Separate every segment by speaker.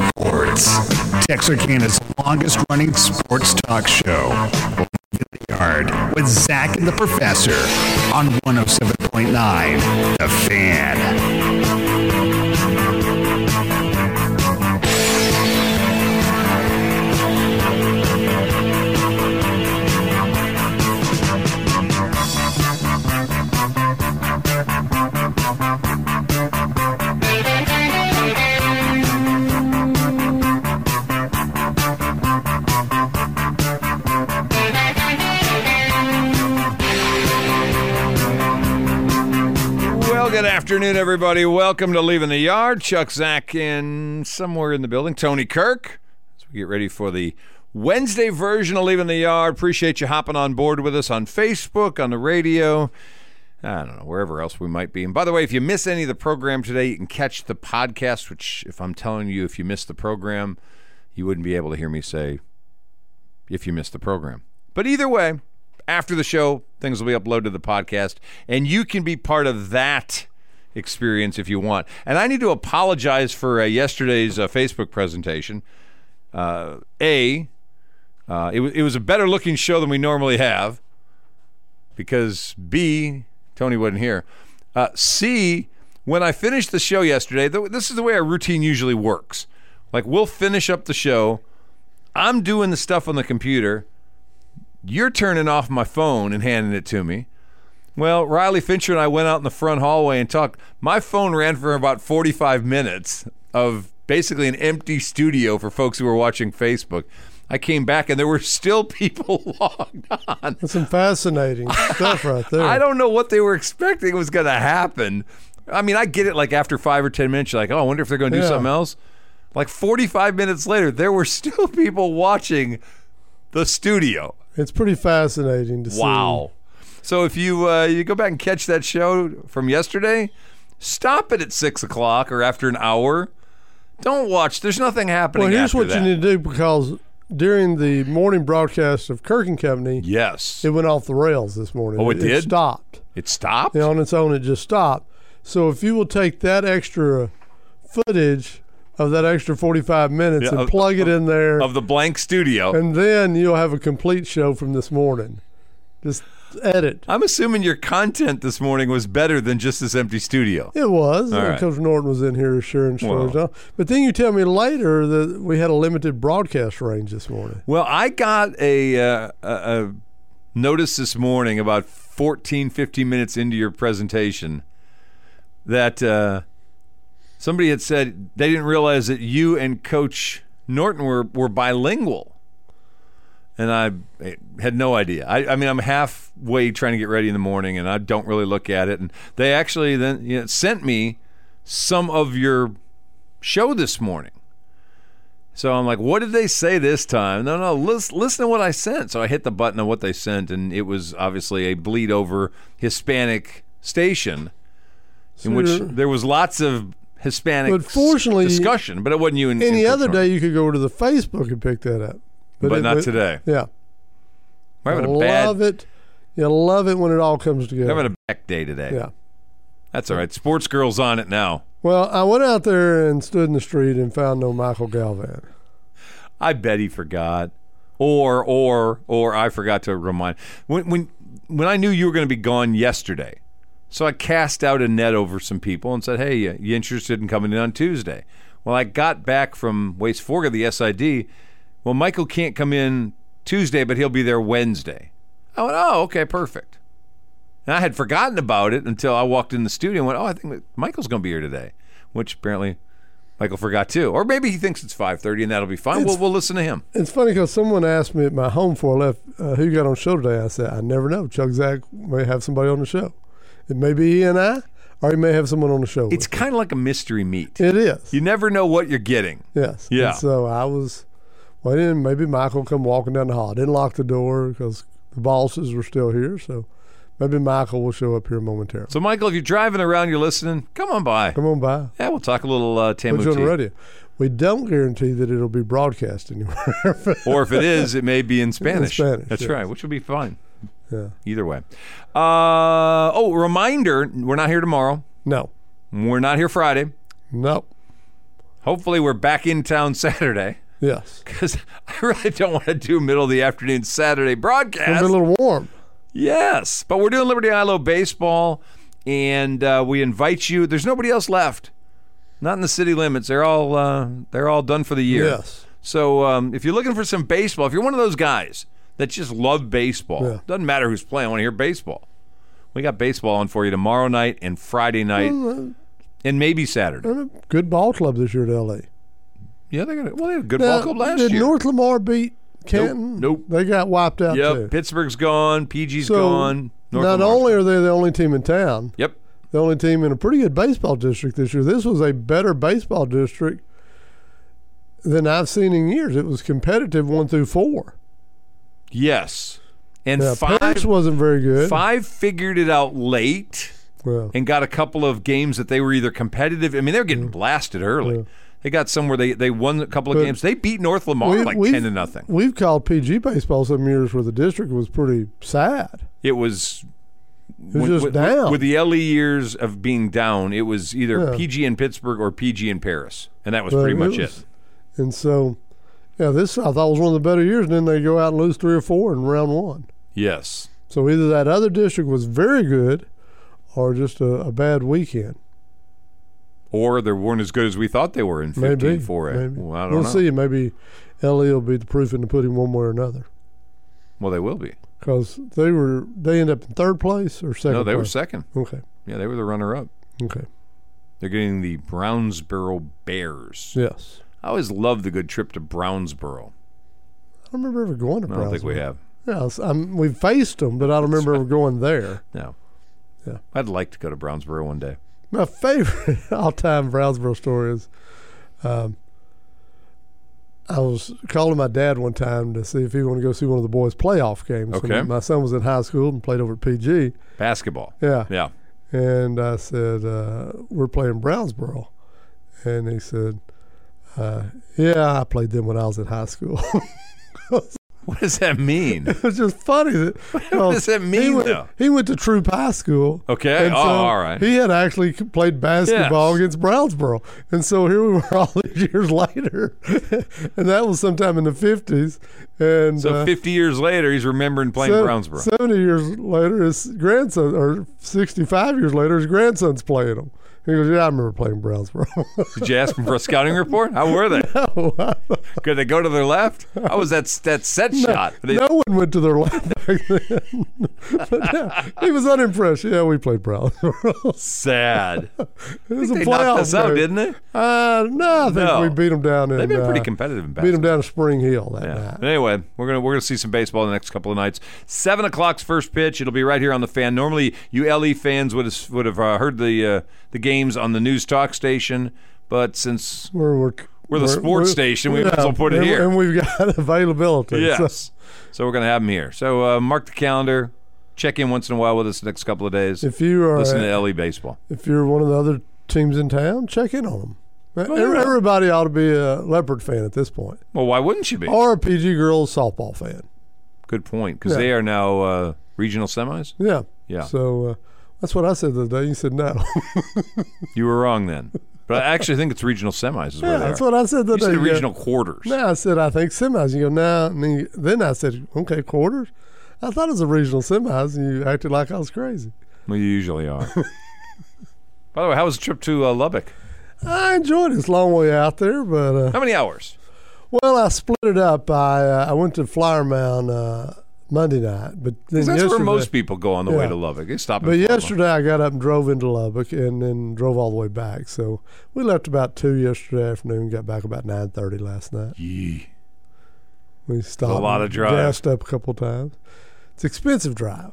Speaker 1: sports. Texarkana's longest running sports talk show. Over the Yard with Zach and the Professor on 107.9 The Fan.
Speaker 2: Well, good afternoon, everybody. Welcome to Leaving the Yard. Chuck Zack in somewhere in the building. Tony Kirk. As we get ready for the Wednesday version of Leaving the Yard. Appreciate you hopping on board with us on Facebook, on the radio. I don't know, wherever else we might be. And by the way, if you miss any of the program today, you can catch the podcast, which, if I'm telling you, if you missed the program, you wouldn't be able to hear me say, if you missed the program. But either way, after the show, things will be uploaded to the podcast, and you can be part of that experience if you want. And I need to apologize for uh, yesterday's uh, Facebook presentation. Uh, a, uh, it, wa- it was a better looking show than we normally have because B, Tony wasn't here. Uh, C, when I finished the show yesterday, th- this is the way our routine usually works. Like, we'll finish up the show. I'm doing the stuff on the computer. You're turning off my phone and handing it to me. Well, Riley Fincher and I went out in the front hallway and talked. My phone ran for about 45 minutes of basically an empty studio for folks who were watching Facebook. I came back and there were still people logged on.
Speaker 3: That's some fascinating stuff right there.
Speaker 2: I don't know what they were expecting was going to happen. I mean, I get it. Like after five or ten minutes, you're like, "Oh, I wonder if they're going to do
Speaker 3: Yeah.
Speaker 2: something else." Like forty-five minutes later, there were still people watching the studio.
Speaker 3: It's pretty fascinating to see.
Speaker 2: Wow! So if you uh, you go back and catch that show from yesterday, stop it at six o'clock or after an hour. Don't watch. There's nothing happening.
Speaker 3: Well, here's
Speaker 2: after
Speaker 3: what
Speaker 2: that.
Speaker 3: you need to do because during the morning broadcast of Kirk and Company,
Speaker 2: Yes,
Speaker 3: it
Speaker 2: it,
Speaker 3: went off the rails this morning.
Speaker 2: Oh, it did?
Speaker 3: stopped.
Speaker 2: stopped.
Speaker 3: Yeah, on its own, it just stopped. So if you will take that extra footage of that extra 45 minutes
Speaker 2: Yeah,
Speaker 3: and
Speaker 2: of-
Speaker 3: plug it in there,
Speaker 2: of the blank studio.
Speaker 3: and then you'll have a complete show from this morning. Just edit.
Speaker 2: I'm assuming your content this morning was better than just this empty studio.
Speaker 3: It was.
Speaker 2: All
Speaker 3: Uh,
Speaker 2: right.
Speaker 3: Coach Norton was in here assuring stories.
Speaker 2: Well.
Speaker 3: But then you tell me later that we had a limited broadcast range this morning.
Speaker 2: Well, I got a, uh, a, a notice this morning about 14, 15 minutes into your presentation that uh, somebody had said they didn't realize that you and Coach Norton were, were bilingual. And I eh, had no idea. I, I mean, I'm halfway trying to get ready in the morning, and I don't really look at it. And they actually then you know, sent me some of your show this morning. So I'm like, what did they say this time? No, no, listen, listen to what I sent. So I hit the button on what they sent, and it was obviously a bleed over Hispanic station in which
Speaker 3: you're-
Speaker 2: there was lots of Hispanic
Speaker 3: But
Speaker 2: s-
Speaker 3: fortunately,
Speaker 2: discussion, but it wasn't you and
Speaker 3: Any
Speaker 2: and Coach
Speaker 3: other
Speaker 2: Norton.
Speaker 3: day, you could go to the Facebook and pick that up.
Speaker 2: But
Speaker 3: it-
Speaker 2: not today.
Speaker 3: Yeah.
Speaker 2: We're having a bad,
Speaker 3: love it. You love it when it all comes
Speaker 2: we're
Speaker 3: together.
Speaker 2: having a back day today.
Speaker 3: yeah.
Speaker 2: That's all right. Sports girls on it now.
Speaker 3: Well, I went out there and stood in the street and found no Michael Galvan.
Speaker 2: I bet he forgot, or or or I forgot to remind when when when I knew you were going to be gone yesterday. So I cast out a net over some people and said, "Hey, you, you interested in coming in on Tuesday?" Well, I got back from Waste Fork of the SID. Well, Michael can't come in Tuesday, but he'll be there Wednesday. I went, "Oh, okay, perfect." And I had forgotten about it until I walked in the studio and went, "Oh, I think Michael's going to be here today," which apparently Michael forgot too, or maybe he thinks it's five thirty and that'll be fine. we'll, we'll listen to him.
Speaker 3: It's funny because someone asked me at my home before I left, uh, who you got on the show today? I said, I never know. Chuck Zach may have somebody on the show. It may be he and I, or he may have someone on the show.
Speaker 2: It's kind of like a mystery meat.
Speaker 3: with. it is.
Speaker 2: You never know what you're getting.
Speaker 3: Yes.
Speaker 2: Yeah.
Speaker 3: And so I was waiting. Maybe Michael come walking down the hall. I didn't lock the door because the bosses were still here. So maybe Michael will show up here momentarily.
Speaker 2: So, Michael, if you're driving around, you're listening. Come on by.
Speaker 3: Come on by.
Speaker 2: Yeah, we'll talk a little uh,
Speaker 3: Put you on the
Speaker 2: Tamu tea.
Speaker 3: radio. We don't guarantee that it'll be broadcast anywhere.
Speaker 2: Or if it is, it may be in Spanish.
Speaker 3: Spanish,
Speaker 2: That's
Speaker 3: yes.
Speaker 2: right, which will be fine.
Speaker 3: Yeah.
Speaker 2: Either way. Uh, oh, reminder: we're not here tomorrow.
Speaker 3: no.
Speaker 2: We're not here Friday.
Speaker 3: No.
Speaker 2: Hopefully, we're back in town Saturday
Speaker 3: Yes.
Speaker 2: because I really don't want to do middle of the afternoon Saturday broadcast.
Speaker 3: It's a little warm.
Speaker 2: Yes, but we're doing Liberty ILO baseball, and uh, we invite you. There's nobody else left, not in the city limits. They're all uh, they're all done for the year.
Speaker 3: Yes.
Speaker 2: So um, if you're looking for some baseball, if you're one of those guys that just love baseball,
Speaker 3: Yeah.
Speaker 2: doesn't matter who's playing. I want to hear baseball. We got baseball on for you tomorrow night and Friday night,
Speaker 3: uh,
Speaker 2: and maybe Saturday.
Speaker 3: And a good ball club this year at LA.
Speaker 2: Yeah, they're gonna. Well, they had a good
Speaker 3: Now,
Speaker 2: ball club last
Speaker 3: did
Speaker 2: year.
Speaker 3: North Lamar beat Canton?
Speaker 2: nope.
Speaker 3: They got wiped out
Speaker 2: yep,
Speaker 3: too.
Speaker 2: Pittsburgh's gone. PG's
Speaker 3: So
Speaker 2: gone. North
Speaker 3: not
Speaker 2: Lamar's
Speaker 3: only
Speaker 2: gone.
Speaker 3: are they the only team in town,
Speaker 2: Yep.
Speaker 3: the only team in a pretty good baseball district this year. This was a better baseball district than I've seen in years. It was competitive one through four.
Speaker 2: Yes. And
Speaker 3: Now,
Speaker 2: five
Speaker 3: Parrish wasn't very good.
Speaker 2: Five figured it out late
Speaker 3: Yeah.
Speaker 2: and got a couple of games that they were either competitive. I mean, they were getting blasted early. They got some where they, they won a couple of
Speaker 3: Mm. But
Speaker 2: games. They beat North Lamar
Speaker 3: We-
Speaker 2: like
Speaker 3: we've-
Speaker 2: ten to nothing.
Speaker 3: We've called PG baseball some years where the district was pretty sad.
Speaker 2: It was.
Speaker 3: It was just
Speaker 2: with,
Speaker 3: down.
Speaker 2: with the LE years of being down, it was either
Speaker 3: Yeah.
Speaker 2: PG in Pittsburgh or PG in Paris, and that was
Speaker 3: But
Speaker 2: pretty much
Speaker 3: was-
Speaker 2: it.
Speaker 3: And so, yeah, this I thought was one of the better years. And then they go out and lose three or four in round one.
Speaker 2: Yes,
Speaker 3: So either that other district was very good, or just a, a bad weekend.
Speaker 2: or they weren't as good as we thought they were in
Speaker 3: Maybe
Speaker 2: fifteen four A.
Speaker 3: maybe.
Speaker 2: Well, I don't
Speaker 3: we'll
Speaker 2: know.
Speaker 3: see. Maybe LE will be the proof in the pudding one way or another.
Speaker 2: Well, they will be.
Speaker 3: Because they were they end up in third place or second.
Speaker 2: No, they were
Speaker 3: place?
Speaker 2: second.
Speaker 3: Okay.
Speaker 2: Yeah, they were the runner up.
Speaker 3: Okay.
Speaker 2: They're getting the Brownsboro Bears.
Speaker 3: Yes.
Speaker 2: I always love the good trip to Brownsboro.
Speaker 3: I don't remember ever going to
Speaker 2: I don't think we have.
Speaker 3: Yes, I'm, we faced them, but I don't remember ever going there.
Speaker 2: No.
Speaker 3: Yeah.
Speaker 2: I'd like to go to Brownsboro one day.
Speaker 3: My favorite all-time Brownsboro story is, um, I was calling my dad one time to see if he wanted to go see one of the boys' playoff games. And
Speaker 2: Okay.
Speaker 3: my son was in high school and played over at PG.
Speaker 2: Basketball.
Speaker 3: Yeah.
Speaker 2: Yeah.
Speaker 3: And I said, uh, we're playing Brownsboro. And he said, uh, yeah, I played them when I was in high school.
Speaker 2: What does that mean?
Speaker 3: it was just funny. That,
Speaker 2: what does that
Speaker 3: he,
Speaker 2: mean,
Speaker 3: went,
Speaker 2: though?
Speaker 3: he went to Troop High School.
Speaker 2: Okay.
Speaker 3: And
Speaker 2: oh,
Speaker 3: so
Speaker 2: all right.
Speaker 3: He had actually c- played basketball
Speaker 2: Yes.
Speaker 3: against Brownsboro. And so here we were all these years later. and that was sometime in the 50s. And
Speaker 2: so
Speaker 3: uh,
Speaker 2: 50 years later, he's remembering playing
Speaker 3: se-
Speaker 2: Brownsboro.
Speaker 3: 70 years later, his grandson, or 65 years later, his grandson's playing him. He goes, Yeah, I remember playing Brownsboro.
Speaker 2: Did you ask him for a scouting report? How were they? Could they go to their left? How was that, s- that set shot? They-
Speaker 3: no one went to their left back then. but yeah, he was unimpressed. Yeah, we played Uh, Brownsboro.
Speaker 2: Sad.
Speaker 3: it was a
Speaker 2: They
Speaker 3: playoff
Speaker 2: knocked us out,
Speaker 3: game.
Speaker 2: didn't they?
Speaker 3: Uh, no, I think
Speaker 2: No.
Speaker 3: we beat them down. In,
Speaker 2: They've been pretty
Speaker 3: uh,
Speaker 2: competitive in
Speaker 3: Beat
Speaker 2: basketball.
Speaker 3: them down to Spring Hill that
Speaker 2: Yeah.
Speaker 3: night.
Speaker 2: But Anyway, we're gonna we're gonna see some baseball in the next couple of nights. Seven o'clock's first pitch. It'll be right here on the fan. Normally, you LE fans would have would have uh, heard the uh, the games on the news talk station, but since
Speaker 3: We're, we're,
Speaker 2: We're the sports station, we might as well put it
Speaker 3: and,
Speaker 2: here.
Speaker 3: And we've got availability. So,
Speaker 2: yes, so we're gonna have them here. So uh, mark the calendar. Check in once in a while with us the next couple of days.
Speaker 3: if uh, you are
Speaker 2: Listen to LE baseball.
Speaker 3: if you're one of the other teams in town, check in on them.
Speaker 2: you're right.
Speaker 3: Everybody ought to be a Leopard fan at this point,
Speaker 2: Well, why wouldn't you be?
Speaker 3: or a PG girls softball fan.
Speaker 2: Good point, because
Speaker 3: Oh, Yeah.
Speaker 2: they are now uh, regional semis.
Speaker 3: Yeah.
Speaker 2: Yeah.
Speaker 3: So uh, that's what I said the other day. You said no.
Speaker 2: You were wrong then, but I actually think it's regional semis is where
Speaker 3: yeah,
Speaker 2: they
Speaker 3: that's
Speaker 2: are.
Speaker 3: what I said the
Speaker 2: you
Speaker 3: other day.
Speaker 2: said
Speaker 3: You go,
Speaker 2: regional quarters.
Speaker 3: No, I said I think semis. You go no. And then, you- then I said okay quarters. I thought it was a regional semis, and you acted like I was crazy.
Speaker 2: Well, you usually are. By the way, how was the trip to uh, Lubbock?
Speaker 3: I enjoyed it. It's a long way out there, but uh,
Speaker 2: How many hours?
Speaker 3: Well, I split it up. I uh, I went to Flower Mound uh, Monday night, but then
Speaker 2: 'Cause That's
Speaker 3: yesterday,
Speaker 2: where most people go on the way
Speaker 3: Yeah.
Speaker 2: to Lubbock. They stop. in
Speaker 3: but
Speaker 2: Florida.
Speaker 3: yesterday I got up and drove into Lubbock and then drove all the way back. So we left about two yesterday afternoon. Got back about nine thirty last night.
Speaker 2: Yee.
Speaker 3: We stopped.
Speaker 2: lot of
Speaker 3: and
Speaker 2: drive.
Speaker 3: Gassed up a couple times. It's expensive drive.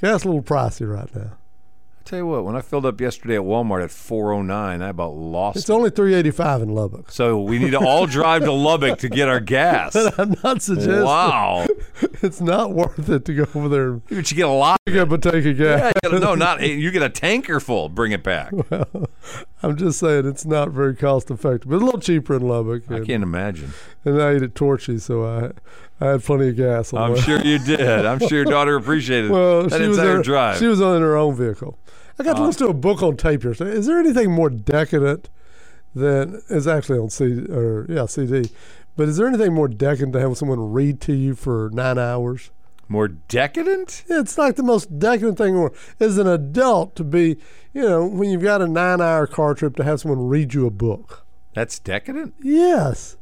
Speaker 3: Gas a little pricey right now.
Speaker 2: I tell you what, when I filled up yesterday at Walmart at 4:09, I about lost.
Speaker 3: It's
Speaker 2: it.
Speaker 3: only three eighty five in Lubbock.
Speaker 2: so we need to all drive to Lubbock to get our gas.
Speaker 3: I'm not suggesting
Speaker 2: Wow,
Speaker 3: it's not worth it to go over there and
Speaker 2: but you get a lot.
Speaker 3: pick up a tank of gas.
Speaker 2: You get a- no, not you get a tanker full. Bring it back.
Speaker 3: I'm just saying it's not very cost effective, but a little cheaper in Lubbock.
Speaker 2: I
Speaker 3: and-
Speaker 2: can't imagine.
Speaker 3: and I ate at Torchy's, so I I had plenty of gas. On
Speaker 2: I'm
Speaker 3: the way.
Speaker 2: sure you did. I'm sure your daughter appreciated
Speaker 3: Well,
Speaker 2: that
Speaker 3: she was
Speaker 2: entire
Speaker 3: on-
Speaker 2: drive. Uh,
Speaker 3: She was on her own vehicle. I got to listen to a book on tape yesterday. Is there anything more decadent than it's actually on CD or yeah CD. But is there anything more decadent to have someone read to you for nine hours?
Speaker 2: More decadent?
Speaker 3: It's like the most decadent thing or as an adult to be, you know, when you've got a nine hour car trip to have someone read you a book.
Speaker 2: That's decadent?
Speaker 3: Yes.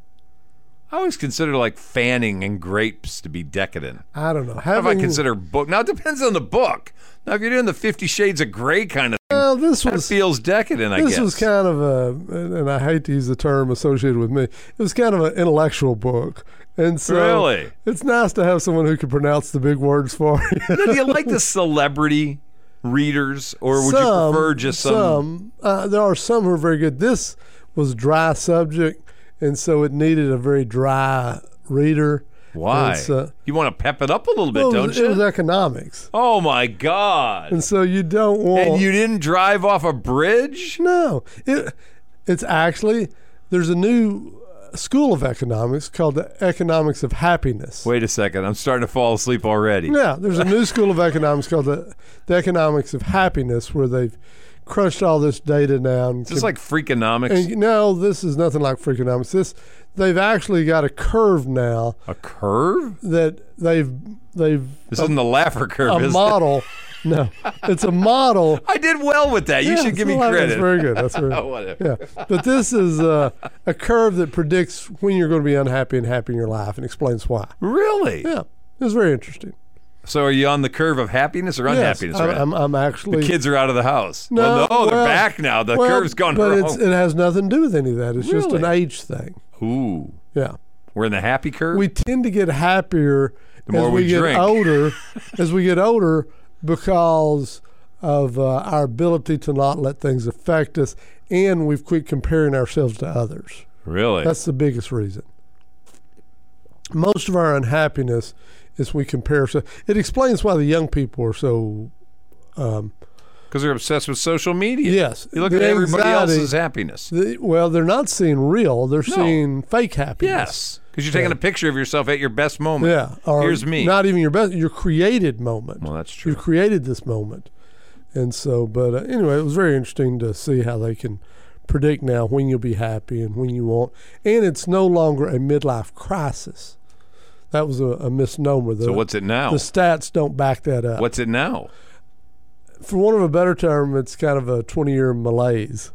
Speaker 2: I always consider like fanning and grapes to be decadent.
Speaker 3: I don't know.
Speaker 2: How do I
Speaker 3: Having-
Speaker 2: consider book? Now it depends on the book. Now if you're doing the Fifty Shades of Grey kind of thing,
Speaker 3: well, this
Speaker 2: that
Speaker 3: was
Speaker 2: feels decadent. I
Speaker 3: this
Speaker 2: guess.
Speaker 3: was kind of a, and- and I hate to use the term associated with me. It was kind of an intellectual book, and so
Speaker 2: Really?
Speaker 3: it's nice to have someone who can pronounce the big words for you.
Speaker 2: Now, do you like the celebrity readers, or would you
Speaker 3: Some-
Speaker 2: prefer just some?
Speaker 3: some? Uh, there are some who are very good. This was dry subject, and so it needed a very dry reader.
Speaker 2: Why?
Speaker 3: And so-
Speaker 2: you want to pep it up a little bit,
Speaker 3: uh, well, it
Speaker 2: don't
Speaker 3: was,
Speaker 2: you?
Speaker 3: it was economics,
Speaker 2: oh my God!
Speaker 3: and so you don't want.
Speaker 2: And you didn't drive off a bridge?
Speaker 3: No, it it's actually there's a new uh, school of economics called the economics of happiness.
Speaker 2: Wait a second. I'm starting to fall asleep already.
Speaker 3: Yeah, there's a new school of economics called the, the economics of happiness, where they've crushed all this data down.
Speaker 2: Just like freakonomics.
Speaker 3: and you know, this is nothing like freakonomics. This they've actually got a curve now
Speaker 2: a curve?
Speaker 3: that they've they've
Speaker 2: This isn't the Laffer curve,
Speaker 3: a
Speaker 2: is it?
Speaker 3: model. No, it's a model
Speaker 2: I did well with that. You
Speaker 3: Yeah,
Speaker 2: should give me
Speaker 3: so that-
Speaker 2: credit.
Speaker 3: That's very good. That's very
Speaker 2: Oh, whatever.
Speaker 3: Yeah, but this is uh, a curve that predicts when you're going to be unhappy and happy in your life, and explains why.
Speaker 2: Really?
Speaker 3: Yeah, it's very interesting.
Speaker 2: So are you on the curve of happiness or
Speaker 3: Yes,
Speaker 2: unhappiness?
Speaker 3: I,
Speaker 2: right?
Speaker 3: I'm, I'm actually.
Speaker 2: Kids are out of the house.
Speaker 3: No,
Speaker 2: well, no, they're
Speaker 3: well,
Speaker 2: back now. The
Speaker 3: well,
Speaker 2: curve's gone
Speaker 3: but
Speaker 2: wrong.
Speaker 3: it's, it has nothing to do with any of that. It's just an
Speaker 2: Really?
Speaker 3: age thing.
Speaker 2: Ooh,
Speaker 3: Yeah,
Speaker 2: we're in the happy curve.
Speaker 3: we tend to get happier
Speaker 2: more
Speaker 3: as
Speaker 2: we
Speaker 3: we, get
Speaker 2: drink.
Speaker 3: older. as we get older, because of uh, our ability to not let things affect us, and we've quit comparing ourselves to others.
Speaker 2: really?
Speaker 3: That's the biggest reason. Most of our unhappiness is we compare. So it explains why the young people are so.
Speaker 2: Because they're obsessed with social media.
Speaker 3: Yes,
Speaker 2: You look
Speaker 3: the
Speaker 2: at everybody
Speaker 3: anxiety-
Speaker 2: else's happiness.
Speaker 3: the- well, they're not seeing real; they're
Speaker 2: No.
Speaker 3: seeing fake happiness.
Speaker 2: Yes. Because you're taking a picture of yourself at your best moment.
Speaker 3: Yeah. Or
Speaker 2: Here's me.
Speaker 3: Not even your best. Your created moment.
Speaker 2: Well, that's
Speaker 3: you
Speaker 2: true.
Speaker 3: created this moment, and so. But uh, anyway, it was very interesting to see how they can predict now when you'll be happy and when you won't, and it's no longer a midlife crisis. That was a, a misnomer. The,
Speaker 2: So what's it now?
Speaker 3: The stats don't back that up.
Speaker 2: What's it now?
Speaker 3: For want of a better term, it's kind of a 20 year malaise.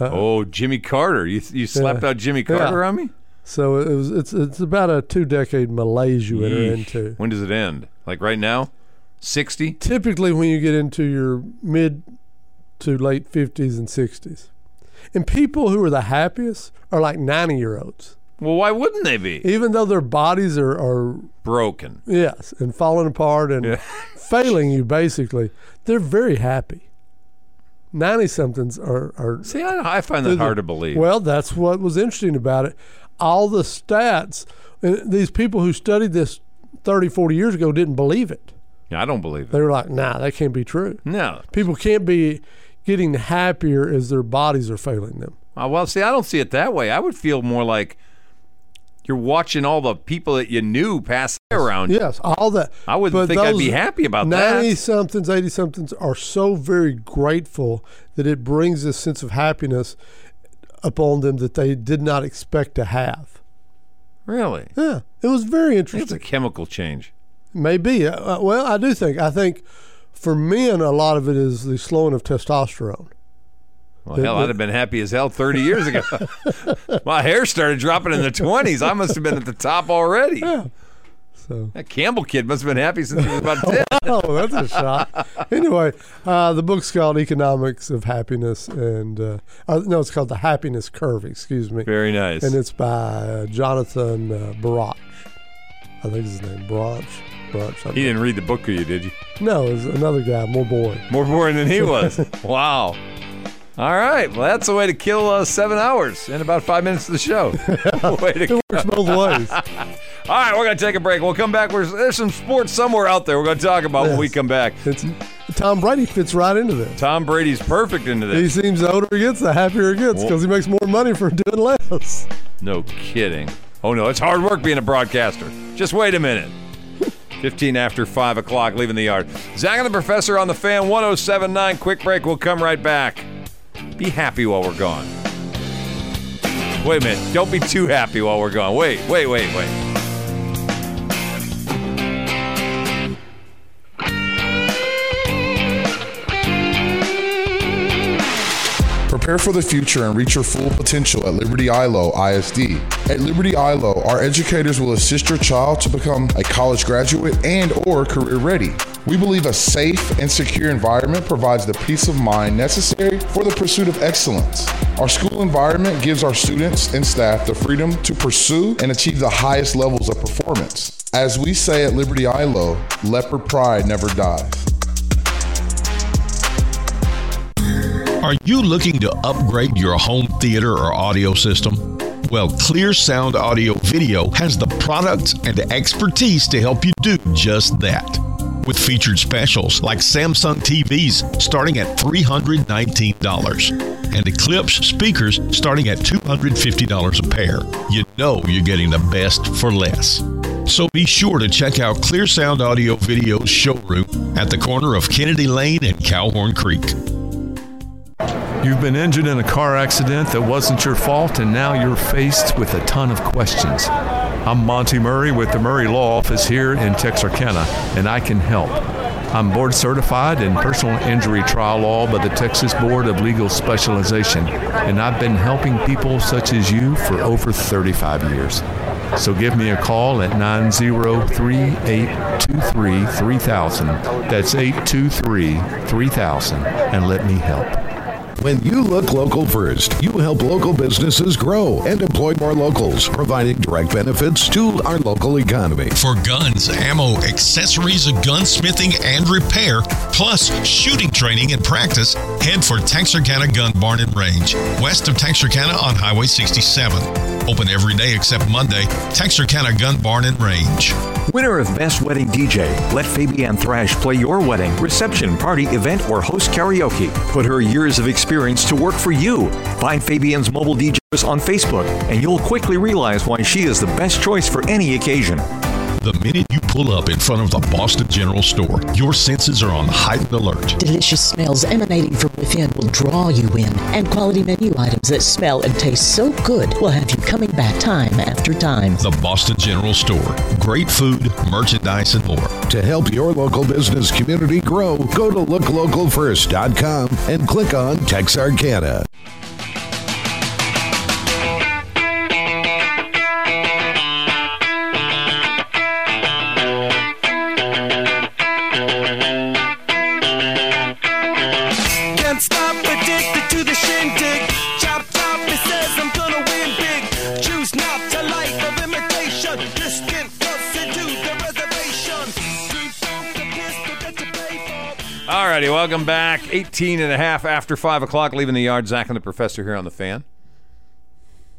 Speaker 3: Uh-uh.
Speaker 2: Oh, Jimmy Carter. You, you slapped out Jimmy Carter on me?
Speaker 3: So it was, it's it's about a two decade malaise you enter
Speaker 2: Yeesh.
Speaker 3: into.
Speaker 2: When does it end? Like right now? 60?
Speaker 3: Typically, when you get into your mid to late 50s and 60s. And people who are the happiest are like 90 year olds,
Speaker 2: Well, why wouldn't they be?
Speaker 3: even though their bodies are, are
Speaker 2: Broken.
Speaker 3: yes, and falling apart and failing you basically. They're very happy. 90 somethings are, are
Speaker 2: See, I, I find that hard to believe.
Speaker 3: Well, that's what was interesting about it. All the stats, uh, these people who studied this 30, 40 years ago didn't believe it.
Speaker 2: Yeah, I don't believe it.
Speaker 3: They were like, nah, that can't be true.
Speaker 2: No.
Speaker 3: People can't be getting happier as their bodies are failing them.
Speaker 2: Uh, well, see, I don't see it that way. I would feel more like you're watching all the people that you knew pass around. you.
Speaker 3: Yes, all that.
Speaker 2: I wouldn't
Speaker 3: but
Speaker 2: think I'd
Speaker 3: those
Speaker 2: be happy about that.
Speaker 3: 90 somethings, 80 somethings are so very grateful that it brings this sense of happiness upon them that they did not expect to have.
Speaker 2: Really?
Speaker 3: Yeah, it was very interesting.
Speaker 2: It's a chemical change.
Speaker 3: Maybe. Uh, uh, well, I do think. I think for men, a lot of it is the slowing of testosterone.
Speaker 2: Well, hell, I'd have been happy as hell 30 years ago. My hair started dropping in the 20s. I must have been at the top already.
Speaker 3: So,
Speaker 2: That Campbell kid must have been happy since he was about 10.
Speaker 3: oh, that's a shot. Anyway, uh, the book's called Economics of Happiness, and uh, uh, no, it's called The Happiness Curve. Excuse me.
Speaker 2: Very nice.
Speaker 3: And it's by uh, Jonathan uh, Barach. I think is his name Barach. Barach.
Speaker 2: He
Speaker 3: something.
Speaker 2: didn't read the book to you, did you?
Speaker 3: No, it's another guy, more boy.
Speaker 2: More boring than he was. wow. All right. Well, that's a way to kill uh, seven hours in about five minutes of the show. way to go.
Speaker 3: It works both ways.
Speaker 2: All right, we're going to take a break. We'll come back. There's, there's some sports somewhere out there we're going to talk about when we
Speaker 3: Yes.
Speaker 2: come back.
Speaker 3: It's Tom Brady fits right into this.
Speaker 2: Tom Brady's perfect into
Speaker 3: He
Speaker 2: this.
Speaker 3: seems the older he gets, the happier he gets because he makes more money for doing less.
Speaker 2: No kidding. Oh, no, it's hard work being a broadcaster. Just wait a minute. 15 after 5 o'clock, leaving the yard. Zach and the Professor on the fan 1079. Quick break. We'll come right back. Be happy while we're gone. Wait a minute. Don't be too happy while we're gone. Wait, wait, wait, wait.
Speaker 4: Prepare for the future and reach your full potential at Liberty ILO ISD. At Liberty ILO, our educators will assist your child to become a college graduate and or career ready. We believe a safe and secure environment provides the peace of mind necessary for the pursuit of excellence. Our school environment gives our students and staff the freedom to pursue and achieve the highest levels of performance. As we say at Liberty ILO, leopard pride never dies.
Speaker 5: Are you looking to upgrade your home theater or audio system? Well, Clear Sound Audio Video has the products and expertise to help you do just that. With featured specials like Samsung TVs starting at $319 and Eclipse speakers starting at $250 a pair, you know you're getting the best for less. So be sure to check out Clear Sound Audio Video's showroom at the corner of Kennedy Lane and Cowhorn Creek.
Speaker 6: You've been injured in a car accident that wasn't your fault, and now you're faced with a ton of questions. I'm Monty Murray with the Murray Law Office here in Texarkana, and I can help. I'm board certified in personal injury trial law by the Texas Board of Legal Specialization, and I've been helping people such as you for over 35 years. So give me a call at 903 823 3000. That's 823 3000, and let me help.
Speaker 7: When you look local first, you help local businesses grow and employ more locals, providing direct benefits to our local economy.
Speaker 5: for guns, ammo, accessories, gunsmithing and repair, plus shooting training and practice, head for Texarkana Gun Barn and Range, west of Texarkana on Highway 67. Open every day except Monday. Texarkana Gun Barn and Range.
Speaker 8: Winner of Best Wedding DJ, let Fabienne Thrash play your wedding, reception, party, event, or host karaoke. Put her years of experience to work for you. Find Fabienne's mobile DJs on Facebook, and you'll quickly realize why she is the best choice for any occasion.
Speaker 5: The minute you pull up in front of the Boston General Store, your senses are on heightened alert.
Speaker 9: Delicious smells emanating from within will draw you in, and quality menu items that smell and taste so good will have you coming back time after time.
Speaker 5: The Boston General Store. Great food, merchandise, and more.
Speaker 7: To help your local business community grow, go to looklocalfirst.com and click on Texarkana.
Speaker 10: Can't stop addicted to the shindig. Chop chop, it says I'm gonna win big. Choose not to life of imitation. Distant us into the reservation. Deep down the pistol that you pay for.
Speaker 2: All righty, welcome back. 18 and a half after 5 o'clock, leaving the yard. Zach and the professor here on the fan.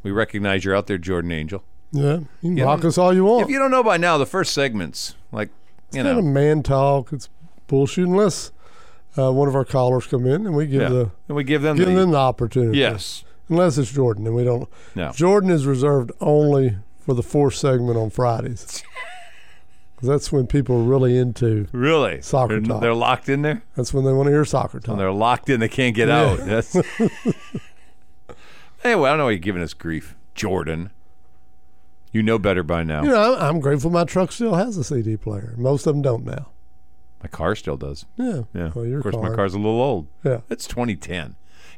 Speaker 2: We recognize you're out there, Jordan Angel.
Speaker 3: Yeah, you can mock us all you want.
Speaker 2: If you don't know by now, the first segment's like, you
Speaker 3: It's not a
Speaker 2: know,
Speaker 3: man talk. It's bullshit unless uh, one of our callers come in and we give
Speaker 2: yeah.
Speaker 3: the
Speaker 2: and we give them
Speaker 3: give them
Speaker 2: the.
Speaker 3: the opportunity.
Speaker 2: Yes.
Speaker 3: Unless it's Jordan, and we don't.
Speaker 2: No.
Speaker 3: Jordan is reserved only for the fourth segment on Fridays. 'Cause that's when people are really into.
Speaker 2: Really?
Speaker 3: Soccer
Speaker 2: they're,
Speaker 3: talk.
Speaker 2: they're locked in there?
Speaker 3: That's when they want to hear soccer
Speaker 2: And
Speaker 3: talk.
Speaker 2: they're locked in. They can't get out. That's anyway. I don't know why you're giving us grief, Jordan. You know better by now.
Speaker 3: You know, I'm I'm grateful my truck still has a CD player. Most of them don't now.
Speaker 2: my car still does.
Speaker 3: Yeah.
Speaker 2: Yeah.
Speaker 3: Well, your
Speaker 2: of course, my
Speaker 3: car-
Speaker 2: car's a little old.
Speaker 3: Yeah.
Speaker 2: It's 2010.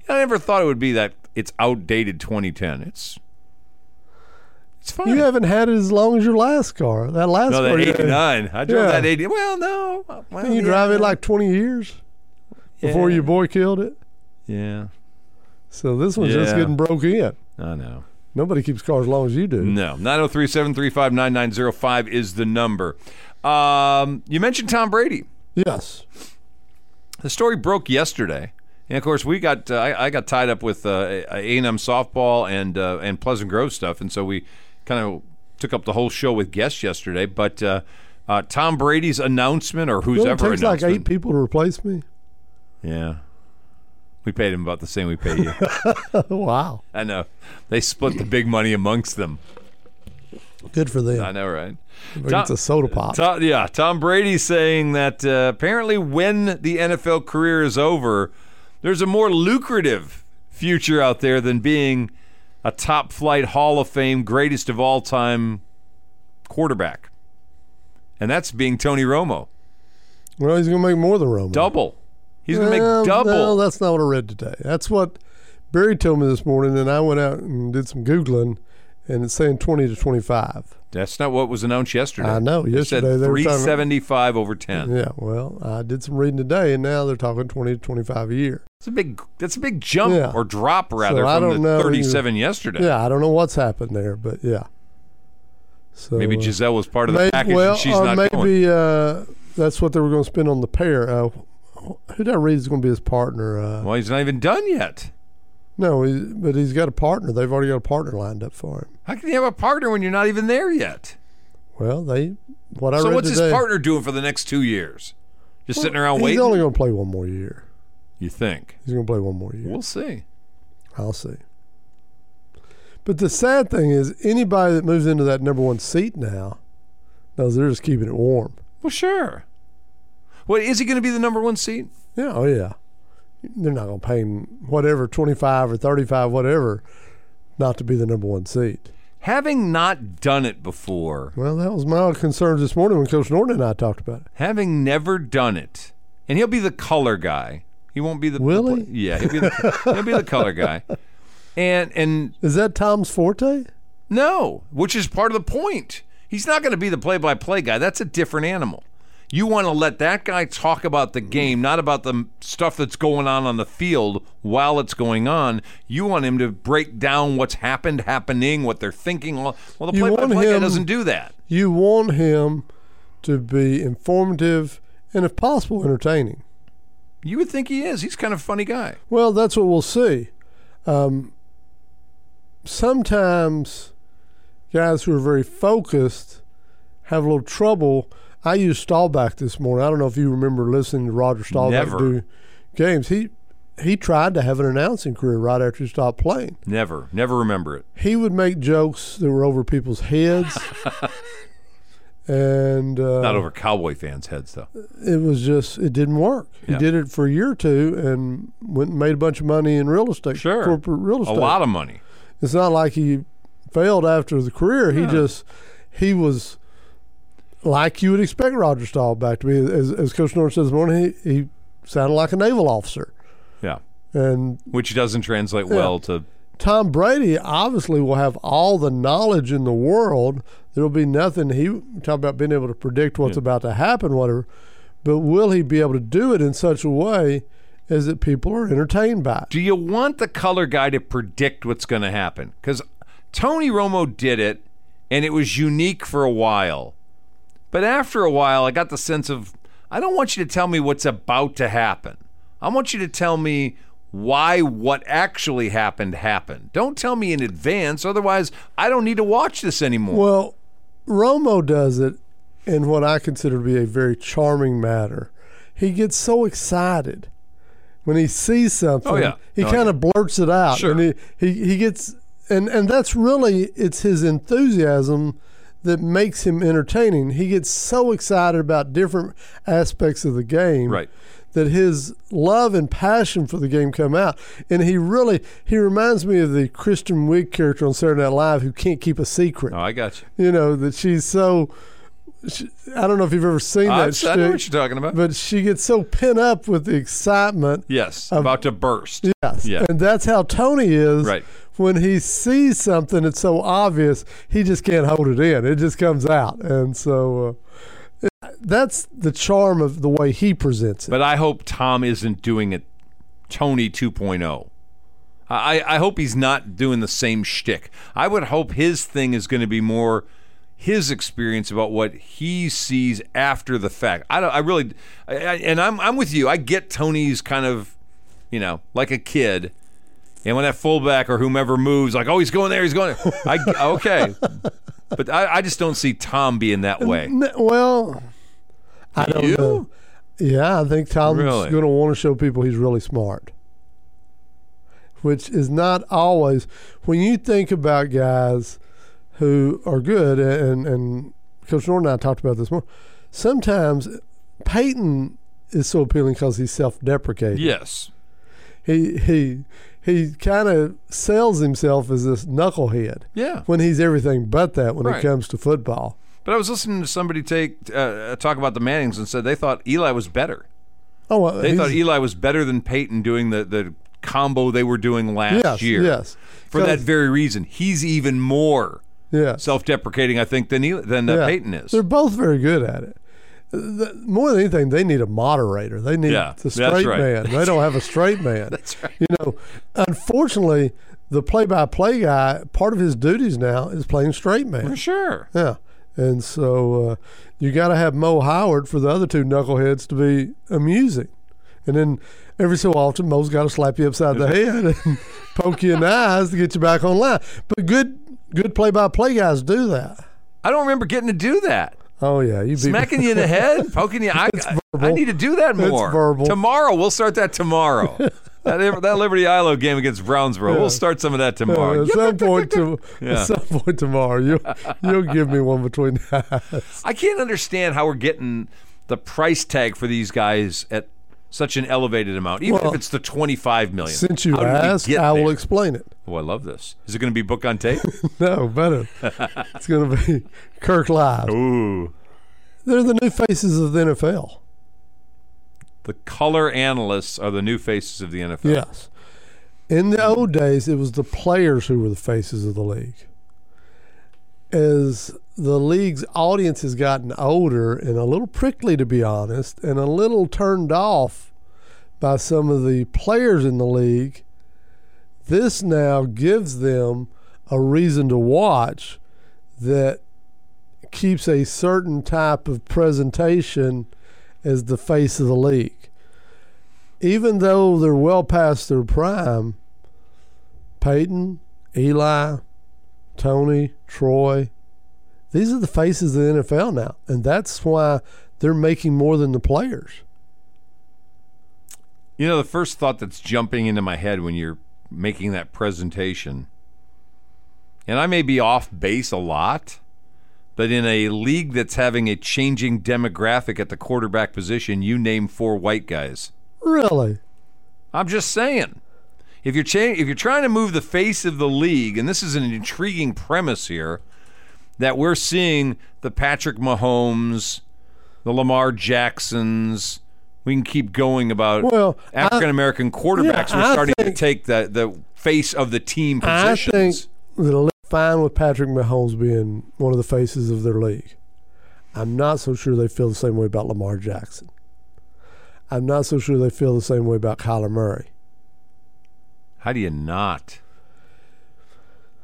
Speaker 2: I never thought it would be that. It's outdated 2010. It's it's fine.
Speaker 3: You haven't had it as long as your last car. That last
Speaker 2: no,
Speaker 3: car
Speaker 2: that
Speaker 3: you had-
Speaker 2: 89. I drove
Speaker 3: Yeah.
Speaker 2: that 80. Well, no. Well,
Speaker 3: You
Speaker 2: Oh, yeah.
Speaker 3: drive it like 20 years before
Speaker 2: Yeah.
Speaker 3: your boy killed it.
Speaker 2: Yeah.
Speaker 3: So this one's just
Speaker 2: Yeah.
Speaker 3: getting broke in.
Speaker 2: I know.
Speaker 3: Nobody keeps cars as long as you do.
Speaker 2: No, 903-735-9905 is the number. Um, you mentioned Tom Brady.
Speaker 3: Yes.
Speaker 2: The story broke yesterday, and of course we got uh, I, I got tied up with uh, A and M softball and uh, and Pleasant Grove stuff, and so we kind of took up the whole show with guests yesterday. But uh, uh, Tom Brady's announcement, or who's
Speaker 3: Well, it
Speaker 2: ever
Speaker 3: takes like eight
Speaker 2: announcement,
Speaker 3: people to replace me.
Speaker 2: yeah, we paid him about the same we paid you.
Speaker 3: Wow.
Speaker 2: I know they split the big money amongst them.
Speaker 3: Good for them.
Speaker 2: I know, right?
Speaker 3: Like
Speaker 2: Tom-
Speaker 3: it's a soda pop.
Speaker 2: Tom, yeah, Tom Brady's saying that uh, apparently when the NFL career is over, there's a more lucrative future out there than being a top flight Hall of Fame, greatest of all time quarterback. And that's being Tony Romo.
Speaker 3: Well, he's going to make more than Romo.
Speaker 2: Double. He's going to
Speaker 3: Well,
Speaker 2: make double.
Speaker 3: No, that's not what I read today. That's what Barry told me this morning, and I went out and did some googling, and it's saying twenty to twenty-five.
Speaker 2: That's not what was announced yesterday.
Speaker 3: I know, yesterday
Speaker 2: it said
Speaker 3: they were talking-
Speaker 2: 375 over 10.
Speaker 3: Yeah. Well, I did some reading today, and now they're talking twenty to twenty-five a year.
Speaker 2: That's a big that's a big jump
Speaker 3: Yeah.
Speaker 2: or drop rather
Speaker 3: So I
Speaker 2: from
Speaker 3: don't
Speaker 2: the
Speaker 3: know either.
Speaker 2: 37 yesterday.
Speaker 3: Yeah, I don't know what's happened there, but yeah. So
Speaker 2: Maybe
Speaker 3: uh,
Speaker 2: Giselle was part of the
Speaker 3: may-
Speaker 2: package
Speaker 3: well,
Speaker 2: and she's
Speaker 3: or
Speaker 2: not going.
Speaker 3: maybe uh, that's what they were going to spend on the pair. Uh, who did I read is going to be his partner? Uh,
Speaker 2: Well, he's not even done yet.
Speaker 3: no, he, but he's got a partner. They've already got a partner lined up for him.
Speaker 2: How can you have a partner when you're not even there yet?
Speaker 3: Well, they what I
Speaker 2: so
Speaker 3: read
Speaker 2: what's
Speaker 3: today.
Speaker 2: his partner doing for the next two years? Just sitting around
Speaker 3: He's
Speaker 2: waiting.
Speaker 3: only going to play one more year.
Speaker 2: you think?
Speaker 3: He's going to play one more year.
Speaker 2: We'll see.
Speaker 3: I'll see. But the sad thing is, anybody that moves into that number one seat now knows they're just keeping it warm.
Speaker 2: Well, sure. What is he going to be the number one seed?
Speaker 3: Yeah, oh yeah. They're not going to pay him whatever, 25 or 35, whatever, not to be the number one seat.
Speaker 2: Having not done it before,
Speaker 3: Well, that was my concerns this morning when Coach Norton and I talked about it.
Speaker 2: having never done it, and he'll be the color guy. He won't be the
Speaker 3: Will
Speaker 2: the pla-
Speaker 3: he?
Speaker 2: Yeah, he'll be, the, he'll be the color guy. And and
Speaker 3: Is that Tom's forte?
Speaker 2: No, which is part of the point. He's not going to be the play by play guy. That's a different animal. You want to let that guy talk about the game, not about the m- stuff that's going on on the field while it's going on. You want him to break down what's happened, happening, what they're thinking. Well, the
Speaker 3: You
Speaker 2: play by play
Speaker 3: want
Speaker 2: guy
Speaker 3: him-
Speaker 2: doesn't do that.
Speaker 3: You want him to be informative and, if possible, entertaining.
Speaker 2: You would think he is. He's kind of a funny guy.
Speaker 3: Well, that's what we'll see. Um, sometimes guys who are very focused have a little trouble. I used Stallback this morning. I don't know if you remember listening to Roger Staubach
Speaker 2: Never.
Speaker 3: do games. He he tried to have an announcing career right after he stopped playing.
Speaker 2: Never, never remember it.
Speaker 3: He would make jokes that were over people's heads, and uh,
Speaker 2: Not over Cowboy fans' heads, though.
Speaker 3: it was just it didn't work.
Speaker 2: Yeah.
Speaker 3: He did it for a year or two and went and made a bunch of money in real estate,
Speaker 2: Sure.
Speaker 3: corporate real
Speaker 2: A
Speaker 3: estate.
Speaker 2: lot of money.
Speaker 3: It's not like he failed after the career. He just he was like you would expect Roger Staubach to be. As, as Coach Norton said this morning, he, he sounded like a naval officer.
Speaker 2: Yeah.
Speaker 3: And
Speaker 2: Which doesn't translate well to.
Speaker 3: Tom Brady obviously will have all the knowledge in the world. There will be nothing. He talk about being able to predict what's about to happen, whatever. But will he be able to do it in such a way as that people are entertained by it?
Speaker 2: Do you want the color guy to predict what's going to happen? Because Tony Romo did it, and it was unique for a while. But after a while, I got the sense of I don't want you to tell me what's about to happen. I want you to tell me why what actually happened happened. Don't tell me in advance, otherwise, I don't need to watch this anymore.
Speaker 3: Well, Romo does it in what I consider to be a very charming manner. He gets so excited when he sees something.
Speaker 2: Oh, yeah.
Speaker 3: He
Speaker 2: No, I
Speaker 3: kind of blurts it out.
Speaker 2: Sure.
Speaker 3: And he, he, he gets and, and that's really it's his enthusiasm that makes him entertaining. He gets so excited about different aspects of the game
Speaker 2: Right.
Speaker 3: that his love and passion for the game come out. And he really he reminds me of the Kristen Wiig character on Saturday Night Live who can't keep a secret
Speaker 2: oh, I got you.
Speaker 3: you know that she's so she, i don't know if you've ever seen
Speaker 2: I, I know
Speaker 3: that
Speaker 2: what you're
Speaker 3: shtick,
Speaker 2: talking about.
Speaker 3: but she gets so pent up with the excitement
Speaker 2: yes,
Speaker 3: Um,
Speaker 2: about to burst.
Speaker 3: yes
Speaker 2: Yeah.
Speaker 3: and that's how tony is
Speaker 2: Right.
Speaker 3: when he sees something that's so obvious he just can't hold it in it just comes out and so uh, it- that's the charm of the way he presents it
Speaker 2: But I hope Tom isn't doing it Tony 2.0. I, I hope he's not doing the same shtick. I would hope his thing is going to be more his experience about what he sees after the fact. I don't. I really. I, I- and I'm I'm with you. I get Tony's kind of, you know, like a kid. And when that fullback or whomever moves, like, oh, he's going there, he's going. There. I okay, but I, I just don't see Tom being that way.
Speaker 3: N- well i don't
Speaker 2: You?
Speaker 3: know yeah i think tom's
Speaker 2: Really?
Speaker 3: going to want to show people he's really smart which is not always when you think about guys who are good and and coach norton and i talked about this more sometimes peyton is so appealing because he's self-deprecating
Speaker 2: Yes,
Speaker 3: he he he kind of sells himself as this knucklehead.
Speaker 2: Yeah.
Speaker 3: When he's everything but that when
Speaker 2: Right.
Speaker 3: it comes to football.
Speaker 2: But I was listening to somebody take uh, talk about the Mannings and said they thought Eli was better.
Speaker 3: Oh, well,
Speaker 2: They
Speaker 3: he's-
Speaker 2: thought Eli was better than Peyton doing the, the combo they were doing last
Speaker 3: Yes,
Speaker 2: year.
Speaker 3: yes.
Speaker 2: For that
Speaker 3: 'Cause-
Speaker 2: very reason, he's even more
Speaker 3: yeah.
Speaker 2: self-deprecating, I think, than Eli, than uh,
Speaker 3: Yeah.
Speaker 2: Peyton is.
Speaker 3: They're both very good at it. The- more than anything, they need a moderator. They need
Speaker 2: Yeah,
Speaker 3: the
Speaker 2: that's
Speaker 3: straight
Speaker 2: right.
Speaker 3: man. They don't have a straight man. that's right. You know, unfortunately, the play-by-play guy, part of his duties now is playing straight man.
Speaker 2: For sure.
Speaker 3: Yeah. And so uh, you got to have Mo Howard for the other two knuckleheads to be amusing. And then every so often, Mo's got to slap you upside the head and poke you in the eyes to get you back online. But good, good play-by-play guys do that.
Speaker 2: I don't remember getting to do that.
Speaker 3: Oh yeah, you beat me.
Speaker 2: Smacking you in the head, poking you. I, I- I
Speaker 3: verbal.
Speaker 2: need to do that
Speaker 3: It's
Speaker 2: more.
Speaker 3: verbal.
Speaker 2: Tomorrow, we'll start that tomorrow. that, that Liberty Ilo game against Brownsboro, we'll start some of that tomorrow.
Speaker 3: at some point, to,
Speaker 2: Yeah.
Speaker 3: at some point tomorrow, you you'll give me one between the eyes.
Speaker 2: I can't understand how we're getting the price tag for these guys at such an elevated amount, even
Speaker 3: Well,
Speaker 2: if it's the twenty-five million.
Speaker 3: Since you
Speaker 2: How did we
Speaker 3: asked,
Speaker 2: get
Speaker 3: I will
Speaker 2: there?
Speaker 3: explain it.
Speaker 2: oh, I love this. Is it going to be book on tape?
Speaker 3: No, better. it's going to be Kirk Live.
Speaker 2: Ooh,
Speaker 3: They're the new faces of the NFL.
Speaker 2: the color analysts are the new faces of the NFL.
Speaker 3: Yes. In the old days, it was the players who were the faces of the league. As the league's audience has gotten older and a little prickly, to be honest, and a little turned off by some of the players in the league, this now gives them a reason to watch that keeps a certain type of presentation as the face of the league even though they're well past their prime, Peyton, Eli, Tony, Troy, these are the faces of the NFL now. And that's why they're making more than the players.
Speaker 2: You know, the first thought that's jumping into my head when you're making that presentation, and I may be off base a lot, but in a league that's having a changing demographic at the quarterback position, you name four white guys.
Speaker 3: Really?
Speaker 2: I'm just saying. If you're cha- if you're trying to move the face of the league, and this is an intriguing premise here, that we're seeing the Patrick Mahomes, the Lamar Jacksons. We can keep going about
Speaker 3: Well, I-
Speaker 2: African American quarterbacks.
Speaker 3: Yeah,
Speaker 2: we're
Speaker 3: I
Speaker 2: starting
Speaker 3: think-
Speaker 2: to take the the face of the team
Speaker 3: I
Speaker 2: positions.
Speaker 3: think that I'm fine with Patrick Mahomes being one of the faces of their league. I'm not so sure they feel the same way about Lamar Jackson. I'm not so sure they feel the same way about Kyler Murray.
Speaker 2: How do you not?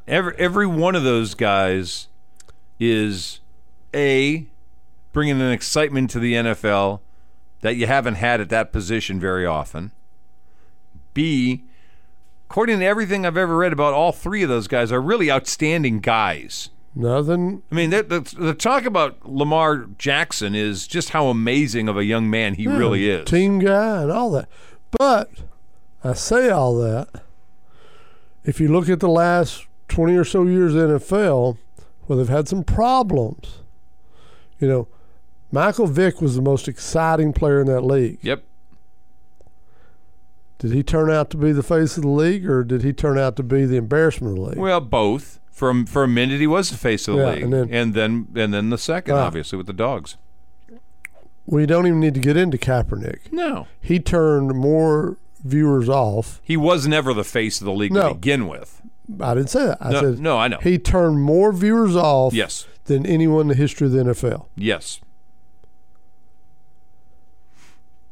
Speaker 2: Every every one of those guys is a bringing an excitement to the NFL that you haven't had at that position very often. B, according to everything I've ever read about all three of those guys, are really outstanding guys.
Speaker 3: Nothing.
Speaker 2: I mean, the, the, the talk about Lamar Jackson is just how amazing of a young man he really is.
Speaker 3: Hmm. team guy and all that. But I say all that. If you look at the last 20 or so years in NFL, where they've had some problems, you know, Michael Vick was the most exciting player in that league.
Speaker 2: Yep.
Speaker 3: Did he turn out to be the face of the league or did he turn out to be the embarrassment of the league?
Speaker 2: Well, both. For a, for a minute, he was the face of the
Speaker 3: Yeah,
Speaker 2: league, and
Speaker 3: and
Speaker 2: then,
Speaker 3: then- Ah.
Speaker 2: and then the second,
Speaker 3: Wow.
Speaker 2: obviously, with the dogs.
Speaker 3: we don't even need to get into Kaepernick.
Speaker 2: No,
Speaker 3: He turned more viewers off.
Speaker 2: he was never the face of the league to
Speaker 3: No.
Speaker 2: begin with.
Speaker 3: I didn't say that. I
Speaker 2: No,
Speaker 3: said
Speaker 2: no, I know.
Speaker 3: he turned more viewers off
Speaker 2: Yes.
Speaker 3: than anyone in the history of the NFL.
Speaker 2: Yes,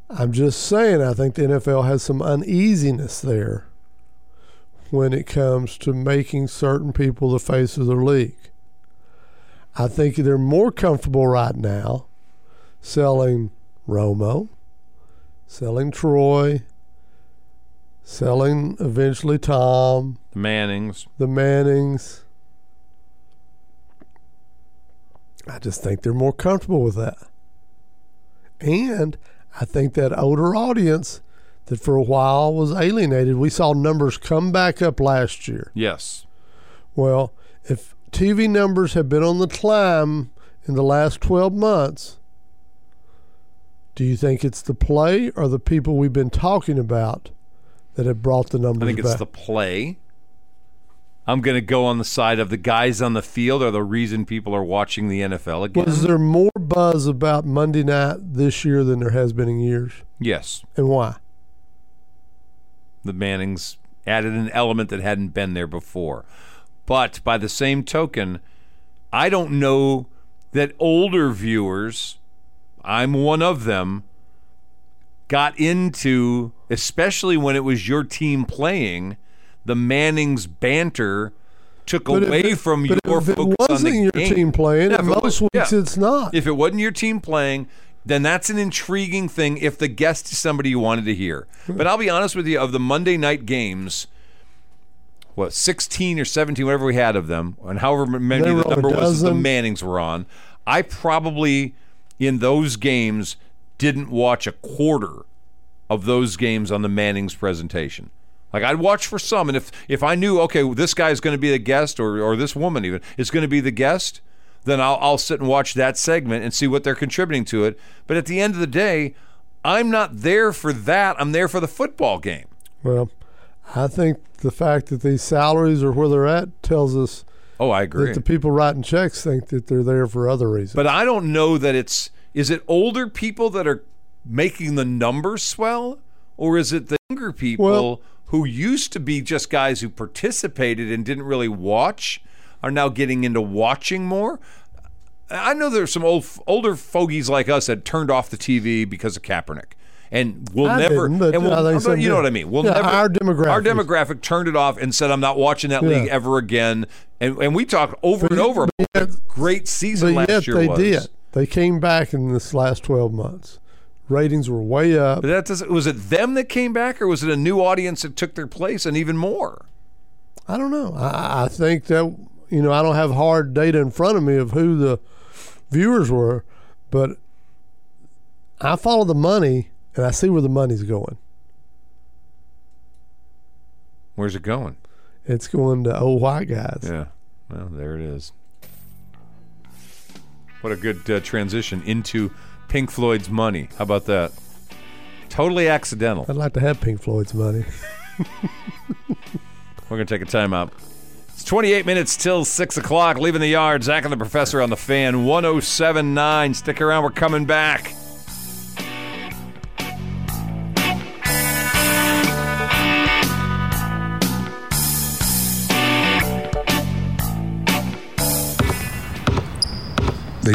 Speaker 3: I'm just saying, I think the NFL has some uneasiness there when it comes to making certain people the face of their league. I think they're more comfortable right now selling Romo, selling Troy, selling eventually Tom,
Speaker 2: the Mannings.
Speaker 3: the Mannings. I just think they're more comfortable with that. And I think that older audience that for a while was alienated, we saw numbers come back up last year.
Speaker 2: Yes,
Speaker 3: Well, if TV numbers have been on the climb in the last 12 months, do you think it's the play or the people we've been talking about that have brought the numbers
Speaker 2: I think it's
Speaker 3: back.
Speaker 2: the play. I'm going to go on the side of the guys on the field are the reason people are watching the NFL again.
Speaker 3: Was there more buzz about Monday night this year than there has been in years?
Speaker 2: yes,
Speaker 3: And why?
Speaker 2: the Mannings added an element that hadn't been there before. But by the same token, I don't know that older viewers, I'm one of them, got into, especially when it was your team playing, the Mannings banter took
Speaker 3: But if
Speaker 2: away
Speaker 3: it-
Speaker 2: from
Speaker 3: but
Speaker 2: your
Speaker 3: if it
Speaker 2: focus on
Speaker 3: wasn't
Speaker 2: the
Speaker 3: your
Speaker 2: game.
Speaker 3: team playing,
Speaker 2: Yeah,
Speaker 3: and
Speaker 2: if it
Speaker 3: most
Speaker 2: was-
Speaker 3: weeks
Speaker 2: yeah.
Speaker 3: it's not.
Speaker 2: If it wasn't your team playing, then that's an intriguing thing if the guest is somebody you wanted to hear. But I'll be honest with you, of the Monday night games, what, 16 or 17, whatever we had of them, and however many
Speaker 3: There
Speaker 2: the
Speaker 3: were a
Speaker 2: number was that the
Speaker 3: dozen.
Speaker 2: Mannings were on, I probably, in those games, didn't watch a quarter of those games on the Manning's presentation. Like I'd watch for some, and if if I knew, okay, this guy's going to be the guest, or or this woman even is going to be the guest, then I'll I'll sit and watch that segment and see what they're contributing to it. But at the end of the day, I'm not there for that. I'm there for the football game.
Speaker 3: Well, I think the fact that these salaries are where they're at tells us
Speaker 2: Oh, I
Speaker 3: that
Speaker 2: agree.
Speaker 3: the people writing checks think that they're there for other reasons.
Speaker 2: But I don't know that it's is it older people that are making the numbers swell, or is it the younger people
Speaker 3: Well-
Speaker 2: who used to be just guys who participated and didn't really watch are now getting into watching more? I know there's some old older fogies like us that turned off the TV because of Kaepernick. And we'll
Speaker 3: I
Speaker 2: never,
Speaker 3: didn't, but uh,
Speaker 2: and we'll,
Speaker 3: I think some
Speaker 2: you know
Speaker 3: did.
Speaker 2: what I mean. We'll
Speaker 3: Yeah,
Speaker 2: never
Speaker 3: our demographic
Speaker 2: our
Speaker 3: is-
Speaker 2: demographic turned it off and said, "I'm not watching that league
Speaker 3: Yeah.
Speaker 2: ever again." And and we talked over
Speaker 3: But
Speaker 2: and
Speaker 3: yet-
Speaker 2: over about
Speaker 3: but
Speaker 2: what
Speaker 3: yet-
Speaker 2: a great season
Speaker 3: but
Speaker 2: last
Speaker 3: yet
Speaker 2: year
Speaker 3: they
Speaker 2: was.
Speaker 3: did. They came back in this last 12 months. Ratings were way up.
Speaker 2: But that doesn't, was it them that came back, or was it a new audience that took their place and even more?
Speaker 3: I don't know. I, I think that you know I don't have hard data in front of me of who the viewers were, but I follow the money and I see where the money's going.
Speaker 2: Where's it going?
Speaker 3: It's going to old white guys.
Speaker 2: Yeah. Well, there it is. What a good uh, transition into Pink Floyd's Money. How about that? Totally accidental.
Speaker 3: I'd like to have Pink Floyd's money.
Speaker 2: We're going to take a timeout. It's 28 minutes till 6 o'clock. Leaving the yard. Zach and the professor on the fan 1079. Stick around. We're coming back.
Speaker 4: They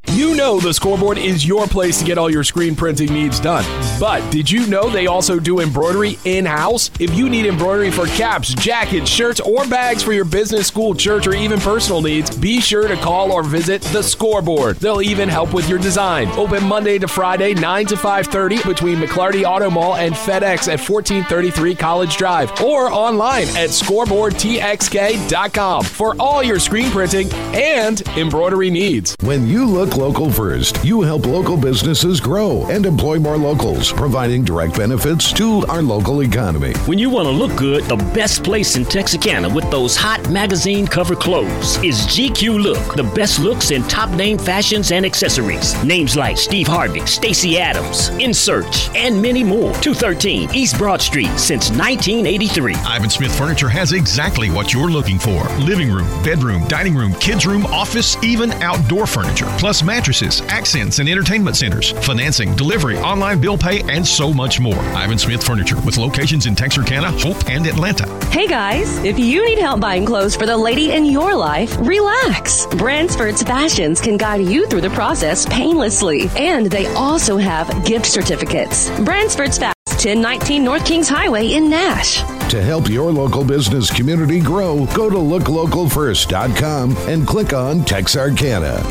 Speaker 6: You know the scoreboard is your place to get all your screen printing needs done. But did you know they also do embroidery in house? If you need embroidery for caps, jackets, shirts, or bags for your business, school, church, or even personal needs, be sure to call or visit the scoreboard. They'll even help with your design. Open Monday to Friday, 9 to 5.30 between McClarty Auto Mall and FedEx at 1433 College Drive or online at scoreboardtxk.com for all your screen printing and embroidery needs.
Speaker 11: When you look local first, you help local businesses grow and employ more locals, providing direct benefits to our local economy.
Speaker 12: When you want to look good, the best place in Texarkana with those hot magazine cover clothes is GQ Look, the best looks in top name fashions and accessories. Names like Steve Harvey, Stacy Adams, In Search, and many more. 213 East Broad Street since 1983.
Speaker 5: Ivan Smith Furniture has exactly what you're looking for living room, bedroom, dining room, kids' room, office, even outdoor furniture, plus mattresses, accents, and entertainment centers, financing, delivery, online bill pay, and so much more. Ivan Smith Furniture with locations in Texarkana, Hope, and Atlanta.
Speaker 13: Hey guys, if you need help buying clothes for the lady in your life, relax. Bransford's Fashions can guide you through the process painlessly, and they also have gift certificates. Bransford's Fashions, 1019 North Kings Highway in Nash.
Speaker 11: To help your local business community grow, go to looklocalfirst.com and click on Texarkana.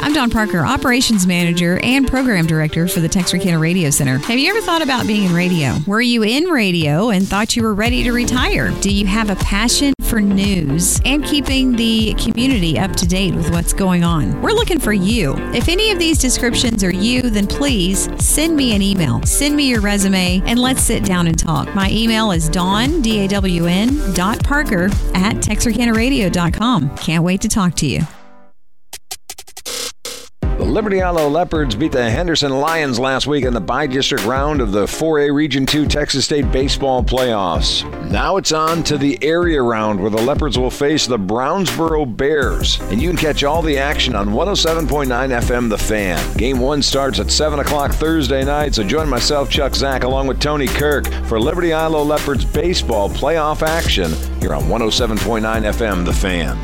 Speaker 14: I'm Don Parker, Operations Manager and Program Director for the Texarkana Radio Center. Have you ever thought about being in radio? Were you in radio and thought you were ready to retire? Do you have a passion for news and keeping the community up to date with what's going on? We're looking for you. If any of these descriptions are you, then please send me an email. Send me your resume and let's sit down and talk. My email is dawn, D-A-W-N, dot parker at texarkanaradio.com. Can't wait to talk to you.
Speaker 2: The Liberty Isle Leopards beat the Henderson Lions last week in the by district round of the 4A Region 2 Texas State Baseball Playoffs. Now it's on to the area round where the Leopards will face the Brownsboro Bears. And you can catch all the action on 107.9 FM The Fan. Game one starts at 7 o'clock Thursday night, so join myself, Chuck Zack, along with Tony Kirk for Liberty Isle Leopards baseball playoff action here on 107.9 FM The Fan.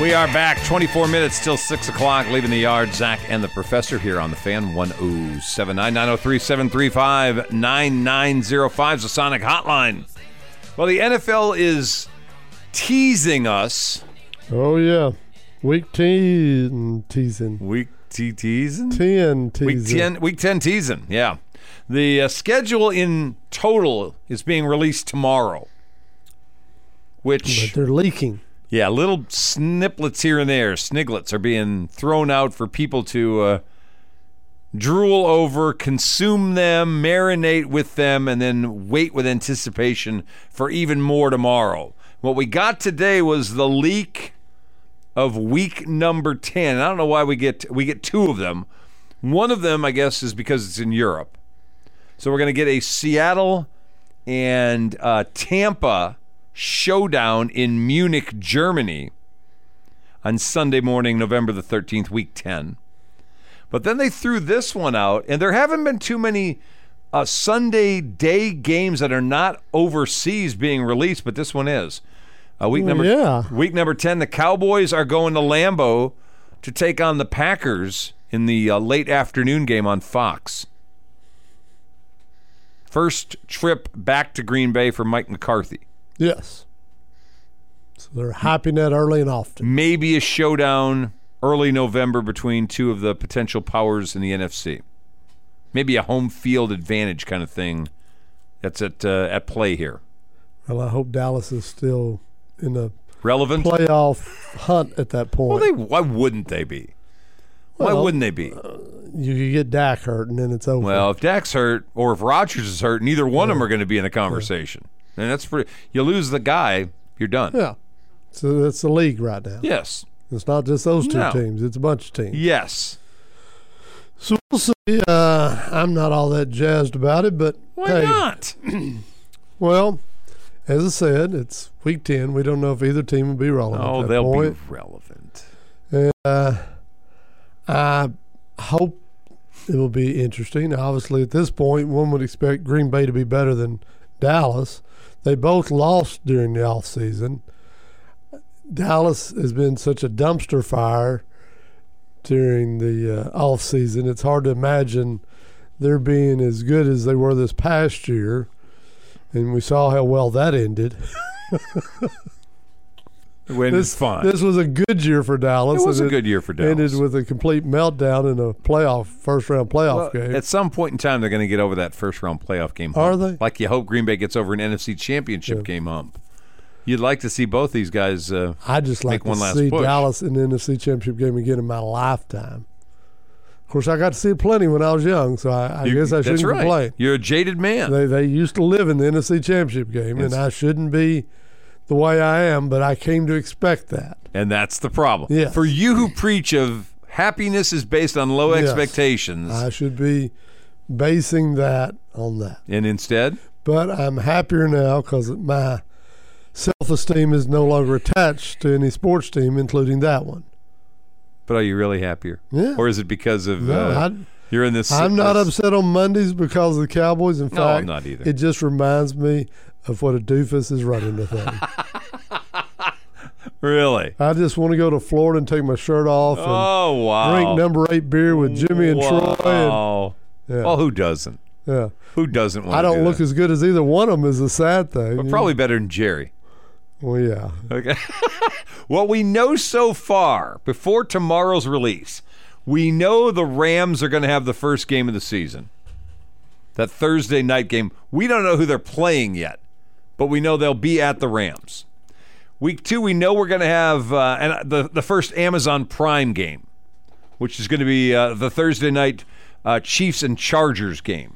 Speaker 2: We are back. 24 minutes till 6 o'clock. Leaving the yard, Zach and the professor here on the fan 1079 903 735 9905 is the Sonic Hotline. Well, the NFL is teasing us.
Speaker 3: Oh yeah, week ten teasing.
Speaker 2: Week t teasing.
Speaker 3: Ten teasing.
Speaker 2: Week 10, week 10 teasing, yeah. The uh, schedule in total is being released tomorrow, which.
Speaker 3: But they're leaking.
Speaker 2: Yeah, little snippets here and there, sniglets are being thrown out for people to uh, drool over, consume them, marinate with them, and then wait with anticipation for even more tomorrow. What we got today was the leak of week number ten. I don't know why we get we get two of them. One of them, I guess, is because it's in Europe. So we're going to get a Seattle and uh, Tampa showdown in Munich, Germany on Sunday morning, November the 13th, week 10. But then they threw this one out, and there haven't been too many uh, Sunday day games that are not overseas being released, but this one is. Uh, week
Speaker 3: Well,
Speaker 2: number
Speaker 3: yeah.
Speaker 2: week number 10, the Cowboys are going to Lambeau to take on the Packers in the uh, late afternoon game on Fox. First trip back to Green Bay for Mike McCarthy.
Speaker 3: Yes. So they're hyping that early and often.
Speaker 2: Maybe a showdown early November between two of the potential powers in the NFC. Maybe a home field advantage kind of thing that's at uh, at play here.
Speaker 3: Well, I hope Dallas is still in the
Speaker 2: Relevant?
Speaker 3: playoff hunt at that
Speaker 2: Well,
Speaker 3: point.
Speaker 2: they why wouldn't they be? Why
Speaker 3: Well, uh,
Speaker 2: wouldn't they be?
Speaker 3: you could get Dak hurt, and then it's over.
Speaker 2: Well, if Dak's hurt or if Rodgers is hurt, neither one of them are going to be in the conversation. And that's pretty. You lose the guy, you're done.
Speaker 3: yeah. So that's the league right now.
Speaker 2: Yes.
Speaker 3: It's not just those two
Speaker 2: No.
Speaker 3: teams; it's a bunch of teams.
Speaker 2: Yes.
Speaker 3: So we'll see. Uh, I'm not all that jazzed about it, but
Speaker 2: Why
Speaker 3: hey,
Speaker 2: not?
Speaker 3: Well, as I said, it's week ten. We don't know if either team will be relevant.
Speaker 2: Oh,
Speaker 3: at that
Speaker 2: they'll
Speaker 3: point.
Speaker 2: be relevant.
Speaker 3: And, uh, I hope it will be interesting. Obviously, at this point, one would expect Green Bay to be better than Dallas. They both lost during the offseason. Dallas has been such a dumpster fire during the uh, offseason. It's hard to imagine they're being as good as they were this past year. And we saw how well that ended.
Speaker 2: When
Speaker 3: this,
Speaker 2: it's fine.
Speaker 3: This was a good year for Dallas.
Speaker 2: It was
Speaker 3: and
Speaker 2: a good year for
Speaker 3: Ended
Speaker 2: Dallas.
Speaker 3: with a complete meltdown in a playoff first round playoff
Speaker 2: Well,
Speaker 3: game.
Speaker 2: At some point in time, they're going to get over that first round playoff game.
Speaker 3: Are
Speaker 2: hump. Like you hope Green Bay gets over an NFC Championship game hump. You'd like to see both these guys. Uh,
Speaker 3: I just
Speaker 2: make
Speaker 3: like
Speaker 2: one
Speaker 3: to
Speaker 2: last
Speaker 3: see
Speaker 2: push.
Speaker 3: Dallas in the NFC Championship game again in my lifetime. Of course, I got to see plenty when I was young, so I, I
Speaker 2: You-
Speaker 3: guess I
Speaker 2: that's
Speaker 3: shouldn't
Speaker 2: right.
Speaker 3: complain.
Speaker 2: You're a jaded man.
Speaker 3: They they used to live in the NFC Championship game,
Speaker 2: Yes.
Speaker 3: and I shouldn't be the way I am, but I came to expect that.
Speaker 2: and that's the problem.
Speaker 3: Yes.
Speaker 2: For you who preach of happiness is based on low
Speaker 3: Yes.
Speaker 2: expectations,
Speaker 3: I should be basing that on that.
Speaker 2: and instead,
Speaker 3: but I'm happier now because my self esteem is no longer attached to any sports team, including that one.
Speaker 2: but are you really happier?
Speaker 3: Yeah.
Speaker 2: Or is it because of
Speaker 3: No,
Speaker 2: uh,
Speaker 3: I-
Speaker 2: you're in this?
Speaker 3: I'm not
Speaker 2: this-
Speaker 3: upset on Mondays because of the Cowboys. In
Speaker 2: No,
Speaker 3: fact,
Speaker 2: I'm not either.
Speaker 3: it just reminds me of what a doofus is running the thing.
Speaker 2: Really?
Speaker 3: I just want to go to Florida and take my shirt off. And
Speaker 2: Oh, wow.
Speaker 3: Drink number eight beer with Jimmy and Troy.
Speaker 2: Wow.
Speaker 3: Yeah.
Speaker 2: Well, who doesn't?
Speaker 3: And, yeah.
Speaker 2: Who doesn't want
Speaker 3: I
Speaker 2: to
Speaker 3: don't
Speaker 2: do
Speaker 3: look
Speaker 2: that?
Speaker 3: as good as either one of them is a sad thing. you know?
Speaker 2: Probably better than Jerry.
Speaker 3: Well, yeah.
Speaker 2: Okay. what we know so far before tomorrow's release, we know the Rams are going to have the first game of the season. That Thursday night game. We don't know who they're playing yet, but we know they'll be at the Rams. Week two, we know we're going to have uh, and the the first Amazon Prime game, which is going to be uh, the Thursday night uh, Chiefs and Chargers game.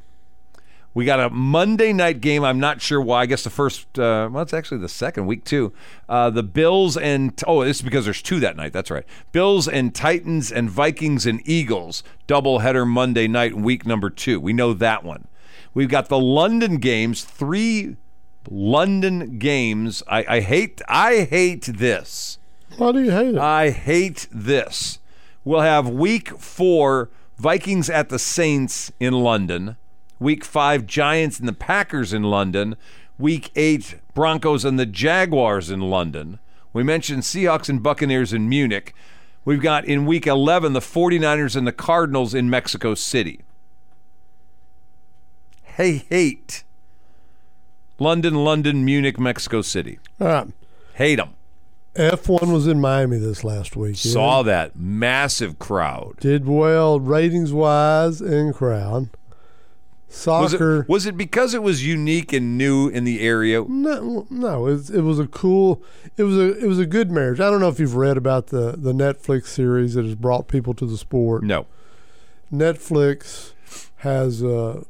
Speaker 2: We got a Monday night game. I'm not sure why. I guess the first, uh, well, it's actually the second week too. Uh, the Bills and oh, this is because there's two that night. That's right. Bills and Titans and Vikings and Eagles doubleheader Monday night, week number two. We know that one. We've got the London games. Three London games. I, I hate. I hate this.
Speaker 3: Why do you hate it?
Speaker 2: I hate this. We'll have week four Vikings at the Saints in London, week five Giants and the Packers in London, week eight Broncos and the Jaguars in London. We mentioned Seahawks and Buccaneers in Munich. We've got in week 11 the 49ers and the Cardinals in Mexico City. Hey, hate. London, London, Munich, Mexico City.
Speaker 3: All right.
Speaker 2: Hate them.
Speaker 3: F1 was in Miami this last week. yeah.
Speaker 2: Saw that massive crowd.
Speaker 3: Did well ratings wise in crowd.
Speaker 2: Was
Speaker 3: Soccer.
Speaker 2: it, was it because it was unique and new in the area?
Speaker 3: No, no, it, it was a cool, it was a it was a good marriage. I don't know if you've read about the the Netflix series that has brought people to the sport.
Speaker 2: No.
Speaker 3: Netflix has uh,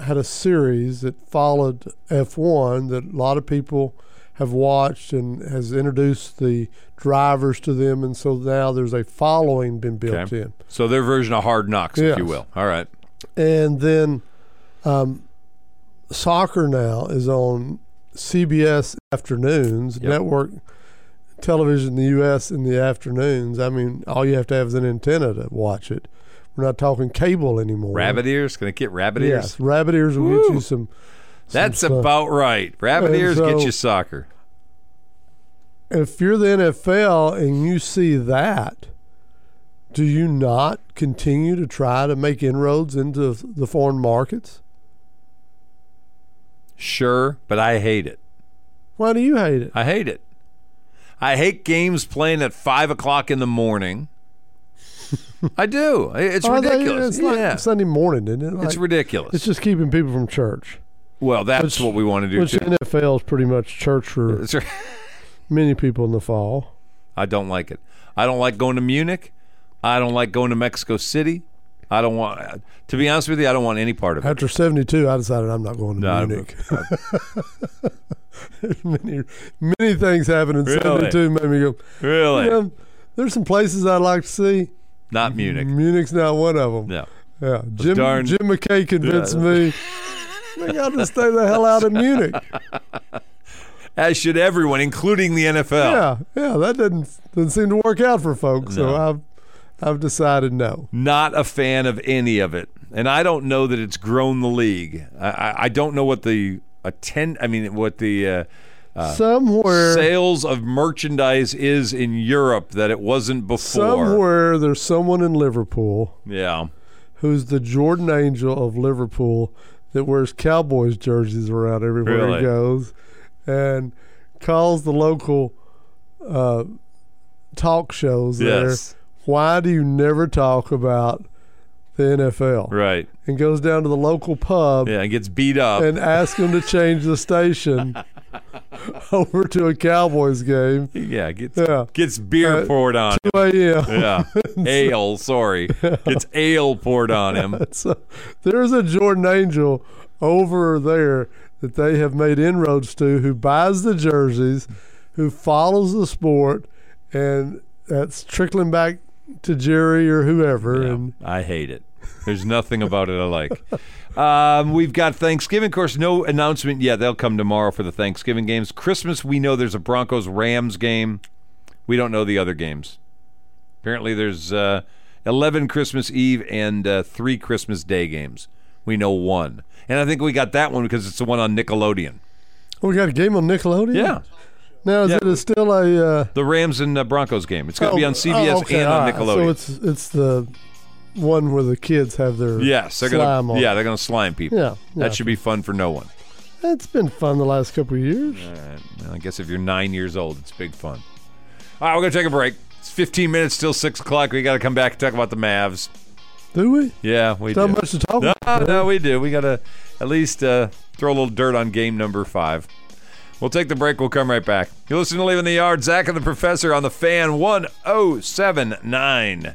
Speaker 3: had a series that followed F1 that a lot of people have watched and has introduced the drivers to them, and so now there's a following been built
Speaker 2: Okay.
Speaker 3: in.
Speaker 2: So their version of hard knocks, if you
Speaker 3: Yes.
Speaker 2: will. All right.
Speaker 3: And then um, soccer now is on CBS afternoons, network television in the U.S. in the afternoons. I mean, all you have to have is an antenna to watch it. We're not talking cable anymore.
Speaker 2: Rabbit ears? Can I get rabbit
Speaker 3: Yes,
Speaker 2: ears?
Speaker 3: rabbit ears will get you some.
Speaker 2: That's
Speaker 3: some stuff.
Speaker 2: about right. Rabbit
Speaker 3: And
Speaker 2: ears get
Speaker 3: so-
Speaker 2: you soccer.
Speaker 3: If you're the NFL and you see that, do you not continue to try to make inroads into the foreign markets?
Speaker 2: Sure, but I hate it.
Speaker 3: Why do you hate it?
Speaker 2: I hate it. I hate games playing at five o'clock in the morning. I do. I- It's
Speaker 3: Oh, I thought-
Speaker 2: ridiculous.
Speaker 3: It's like
Speaker 2: yeah.
Speaker 3: Sunday morning, isn't it?
Speaker 2: it's
Speaker 3: Like,
Speaker 2: ridiculous.
Speaker 3: It's just keeping people from church.
Speaker 2: well, that's
Speaker 3: which-
Speaker 2: what we want to do
Speaker 3: Which
Speaker 2: too.
Speaker 3: NFL is pretty much church for
Speaker 2: That's right.
Speaker 3: many people in the fall.
Speaker 2: I don't like it. I don't like going to Munich. I don't like going to Mexico City. I don't want to be honest with you. I don't want any part of it.
Speaker 3: After 72, I decided I'm not going to
Speaker 2: No, I-
Speaker 3: Munich. many, many things happened in
Speaker 2: Really?
Speaker 3: 72 made me go,
Speaker 2: Really?
Speaker 3: "You know, there's some places I'd like to see.
Speaker 2: Not Munich.
Speaker 3: Munich's not one of them.
Speaker 2: No.
Speaker 3: Yeah. Jim,
Speaker 2: darn-
Speaker 3: Jim McKay convinced me, I got to stay the hell out of Munich.
Speaker 2: As should everyone, including the NFL.
Speaker 3: Yeah, yeah, that doesn't doesn't seem to work out for folks.
Speaker 2: No.
Speaker 3: So I've I've decided no.
Speaker 2: Not a fan of any of it, and I don't know that it's grown the league. I, I, I don't know what the attend. I mean, what the uh, uh,
Speaker 3: Somewhere-
Speaker 2: sales of merchandise is in Europe that it wasn't before.
Speaker 3: Somewhere there's someone in Liverpool
Speaker 2: Yeah.
Speaker 3: who's the Jordan Angel of Liverpool that wears Cowboys jerseys around everywhere
Speaker 2: Really?
Speaker 3: he goes, and calls the local uh, talk shows
Speaker 2: Yes.
Speaker 3: there. Why do you never talk about the NFL?
Speaker 2: Right.
Speaker 3: And goes down to the local pub
Speaker 2: Yeah. It gets beat up.
Speaker 3: and ask them to change the station over to a Cowboys game.
Speaker 2: yeah. Gets
Speaker 3: Yeah.
Speaker 2: gets beer
Speaker 3: Uh,
Speaker 2: poured on.
Speaker 3: 2 a.m.
Speaker 2: Yeah. ale, sorry. Gets ale poured on him.
Speaker 3: So there's a Jordan Angel over there that they have made inroads to who buys the jerseys, who follows the sport, and that's trickling back to Jerry or whoever. And
Speaker 2: I hate it. There's nothing about it I like. Um, we've got Thanksgiving. Of course, no announcement yet. They'll come tomorrow for the Thanksgiving games. Christmas, we know there's a Broncos Rams game. We don't know the other games. Apparently, there's uh, 11 Christmas Eve and uh, three Christmas Day games. We know one. And I think we got that one because it's the one on Nickelodeon.
Speaker 3: we got a game on Nickelodeon?
Speaker 2: Yeah.
Speaker 3: Now is
Speaker 2: Yeah.
Speaker 3: it a still a? Uh,
Speaker 2: The Rams and uh, Broncos game. It's going to be
Speaker 3: oh,
Speaker 2: on CBS
Speaker 3: oh, okay,
Speaker 2: and on
Speaker 3: all right. So
Speaker 2: Nickelodeon.
Speaker 3: it's it's the one where the kids have their
Speaker 2: yes, they're
Speaker 3: slime
Speaker 2: going
Speaker 3: on.
Speaker 2: to. Yeah, they're going to slime people.
Speaker 3: Yeah, yeah.
Speaker 2: that should be fun for no one.
Speaker 3: It's been fun the last couple of years.
Speaker 2: All right. Well, I guess if you're nine years old, it's big fun. All right, we're going to take a break. It's 15 minutes till 6 o'clock. We got to come back and talk about the Mavs.
Speaker 3: Do we?
Speaker 2: Yeah, we
Speaker 3: Not
Speaker 2: do.
Speaker 3: much to talk
Speaker 2: no,
Speaker 3: about,
Speaker 2: No, we do. We got to at least uh, throw a little dirt on game number five. We'll take the break. We'll come right back. You're listening to Leaving the Yard. Zach and the Professor on the fan 1079.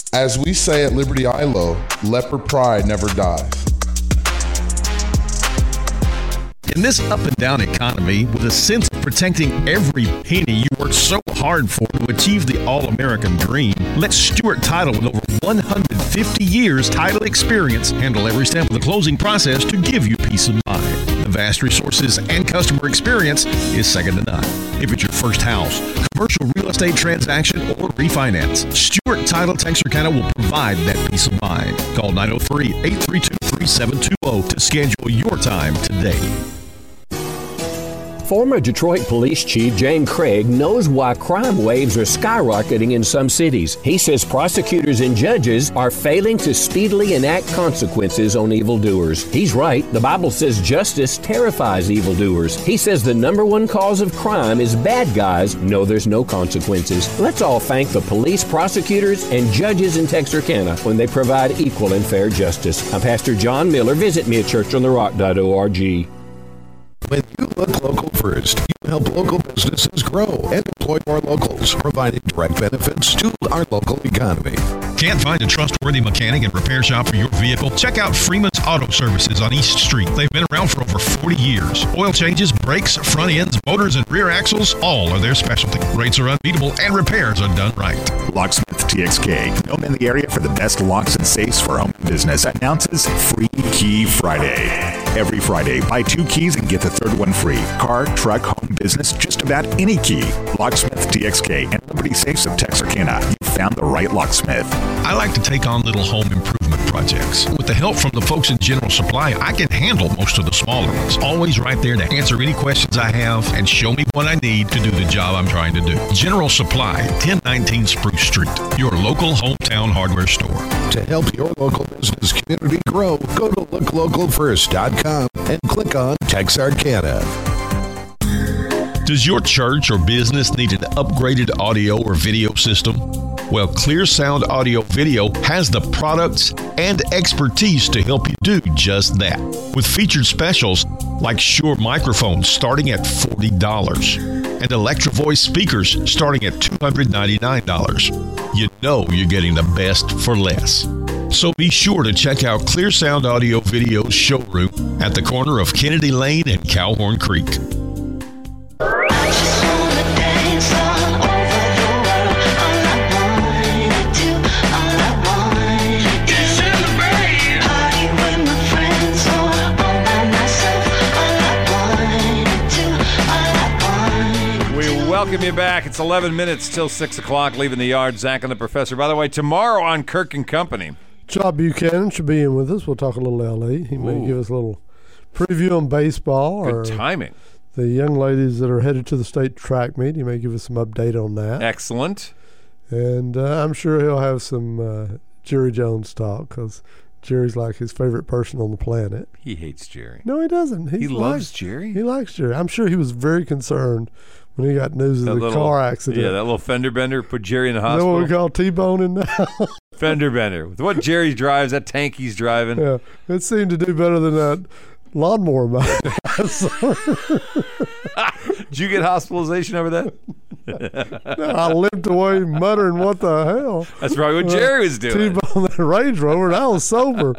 Speaker 4: As we say at Liberty ILO, leopard pride never dies.
Speaker 5: In this up and down economy, with a sense of protecting every penny you work so hard for to achieve the all American dream, let Stewart Title, with over 150 years title experience, handle every step of the closing process to give you peace of mind. The vast resources and customer experience is second to none. If it's your first house, commercial real estate transaction, or refinance, Stewart Title Texarkana will provide that peace of mind. Call 903 832 3720 to schedule your time today.
Speaker 12: Former Detroit Police Chief Jane Craig knows why crime waves are skyrocketing in some cities. He says prosecutors and judges are failing to speedily enact consequences on evildoers. He's right. The Bible says justice terrifies evildoers. He says the number one cause of crime is bad guys know there's no consequences. Let's all thank the police, prosecutors, and judges in Texarkana when they provide equal and fair justice. I'm Pastor John Miller. Visit me at churchontherock.org.
Speaker 7: When you look local first, you help local businesses grow and employ more locals, providing direct benefits to our local economy.
Speaker 5: Can't find a trustworthy mechanic and repair shop for your vehicle? Check out Freeman's Auto Services on East Street. They've been around for over 40 years. Oil changes, brakes, front ends, motors, and rear axles all are their specialty. Rates are unbeatable and repairs are done right.
Speaker 15: Locksmith TXK, known in the area for the best locks and safes for home and business, announces Free Key Friday. Every Friday, buy two keys and get the third one free. Car, truck, home, business, just about any key. Locksmith TXK and Liberty Safes of Texarkana. You found the right locksmith.
Speaker 5: I like to take on little home improvement projects. With the help from the folks at General Supply, I can handle most of the smaller ones. Always right there to answer any questions I have and show me what I need to do the job I'm trying to do. General Supply, 1019 Spruce Street, your local hometown hardware store.
Speaker 7: To help your local business community grow, go to looklocalfirst.com and click on Texarkana.
Speaker 5: Does your church or business need an upgraded audio or video system? Well, Clear Sound Audio Video has the products and expertise to help you do just that. With featured specials like Shure microphones starting at $40 and Electra Voice speakers starting at $299, you know you're getting the best for less. So be sure to check out Clear Sound Audio Video's showroom at the corner of Kennedy Lane and Cowhorn Creek.
Speaker 2: We welcome you back. It's 11 minutes till 6 o'clock, leaving the yard. Zach and the Professor. By the way, tomorrow on Kirk and Company.
Speaker 3: Job Buchanan should be in with us. We'll talk a little LA. He may give us a little preview on baseball.
Speaker 2: Good
Speaker 3: or
Speaker 2: timing.
Speaker 3: The young ladies that are headed to the state track meet. He may give us some update on that.
Speaker 2: Excellent.
Speaker 3: And uh, I'm sure he'll have some uh, Jerry Jones talk because Jerry's like his favorite person on the planet.
Speaker 2: He hates Jerry.
Speaker 3: No, he doesn't.
Speaker 2: He
Speaker 3: He's
Speaker 2: loves
Speaker 3: like-
Speaker 2: Jerry.
Speaker 3: He likes Jerry. I'm sure he was very concerned when he got news of the car accident.
Speaker 2: Yeah, that little fender bender put Jerry in the
Speaker 3: Is that what we
Speaker 2: hospital.
Speaker 3: call T-boning now?
Speaker 2: Fender bender. With what Jerry drives, that tank he's driving.
Speaker 3: yeah, it seemed to do better than that lawnmower mowing.
Speaker 2: Did you get hospitalization over that?
Speaker 3: I limped away muttering, "What the hell?" Uh,
Speaker 2: That's probably what Jerry was doing.
Speaker 3: T-boned that Range Rover, and I was sober.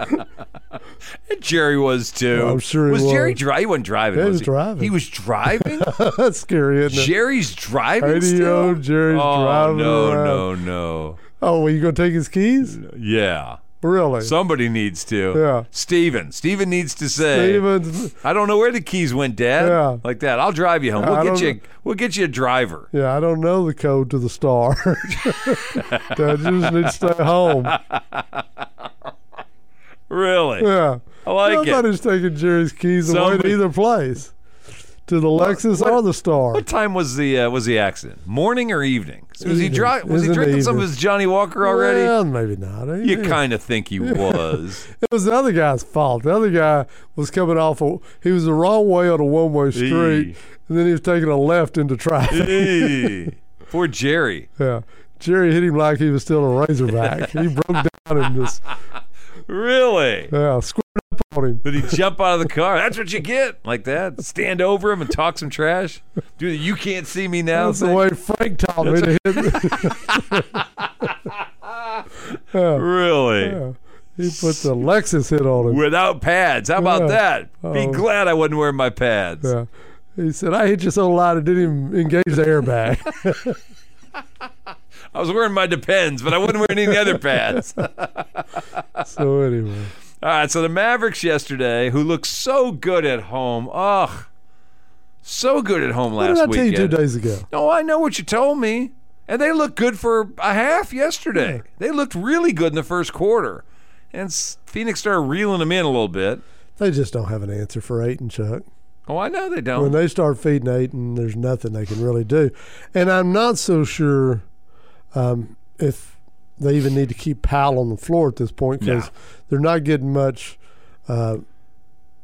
Speaker 2: Jerry was too.
Speaker 3: Oh, I'm sure he
Speaker 2: was. Jerry
Speaker 3: was.
Speaker 2: driving? He wasn't driving.
Speaker 3: He was
Speaker 2: he?
Speaker 3: driving.
Speaker 2: He was driving.
Speaker 3: That's scary, isn't it?
Speaker 2: Jerry's driving.
Speaker 3: Radio
Speaker 2: still?
Speaker 3: Jerry's
Speaker 2: oh,
Speaker 3: driving
Speaker 2: No,
Speaker 3: around.
Speaker 2: no, no.
Speaker 3: Oh, well, you gonna take his keys?
Speaker 2: Yeah.
Speaker 3: Really?
Speaker 2: Somebody needs to.
Speaker 3: Yeah.
Speaker 2: Steven. Steven needs to say.
Speaker 3: Steven's-
Speaker 2: I don't know where the keys went, Dad.
Speaker 3: Yeah.
Speaker 2: Like that. I'll drive you home.
Speaker 3: I
Speaker 2: We'll get
Speaker 3: don't
Speaker 2: you.
Speaker 3: know.
Speaker 2: We'll get you a driver.
Speaker 3: Yeah, I don't know the code to the star. Dad, you just need to stay home.
Speaker 2: Really?
Speaker 3: Yeah.
Speaker 2: I like it.
Speaker 3: Nobody's taking Jerry's keys away to
Speaker 2: Somebody-
Speaker 3: either place. To the Lexus or the Star.
Speaker 2: What time was the uh, was the accident? Morning or evening? Was he
Speaker 3: Evening.
Speaker 2: dri- Was he
Speaker 3: Isn't it
Speaker 2: drinking some of
Speaker 3: evening?
Speaker 2: his Johnny Walker already?
Speaker 3: Well, maybe not.
Speaker 2: you
Speaker 3: Yeah.
Speaker 2: kind of think he was.
Speaker 3: It was the other guy's fault. The other guy was coming off. A, he was the wrong way on a one-way street,
Speaker 2: Eee.
Speaker 3: and then he was taking a left into traffic.
Speaker 2: Eee. Poor Jerry.
Speaker 3: yeah, Jerry hit him like he was still a Razorback. he broke down and just
Speaker 2: Really?
Speaker 3: yeah squared up on him.
Speaker 2: Did he jump out of the car? That's what you get. Like that. Stand over him and talk some trash. Dude, you can't see me now.
Speaker 3: That's the
Speaker 2: thing.
Speaker 3: way Frank taught me to hit. Yeah.
Speaker 2: Really?
Speaker 3: Yeah. He put the Lexus hit on him.
Speaker 2: Without pads. How about
Speaker 3: Yeah.
Speaker 2: that? Be
Speaker 3: Oh.
Speaker 2: glad I wasn't wearing my pads.
Speaker 3: Yeah. He said, "I hit you so loud it didn't even engage the airbag."
Speaker 2: I was wearing my depends, but I wasn't wearing any other pads.
Speaker 3: so anyway,
Speaker 2: All right, so the Mavericks yesterday, who looked so good at home. Ugh. So good at home
Speaker 3: what
Speaker 2: last
Speaker 3: did I
Speaker 2: weekend.
Speaker 3: tell you two days ago?
Speaker 2: No, Oh, I know what you told me. And they looked good for a half yesterday. They looked really good in the first quarter. And s- Phoenix started reeling them in a little bit.
Speaker 3: They just don't have an answer for eight and Chuck.
Speaker 2: Oh, I know they
Speaker 3: When
Speaker 2: don't.
Speaker 3: they start feeding Aiton, there's nothing they can really do. And I'm not so sure um, if they even need to keep Powell on the floor at this point because they're not getting much uh,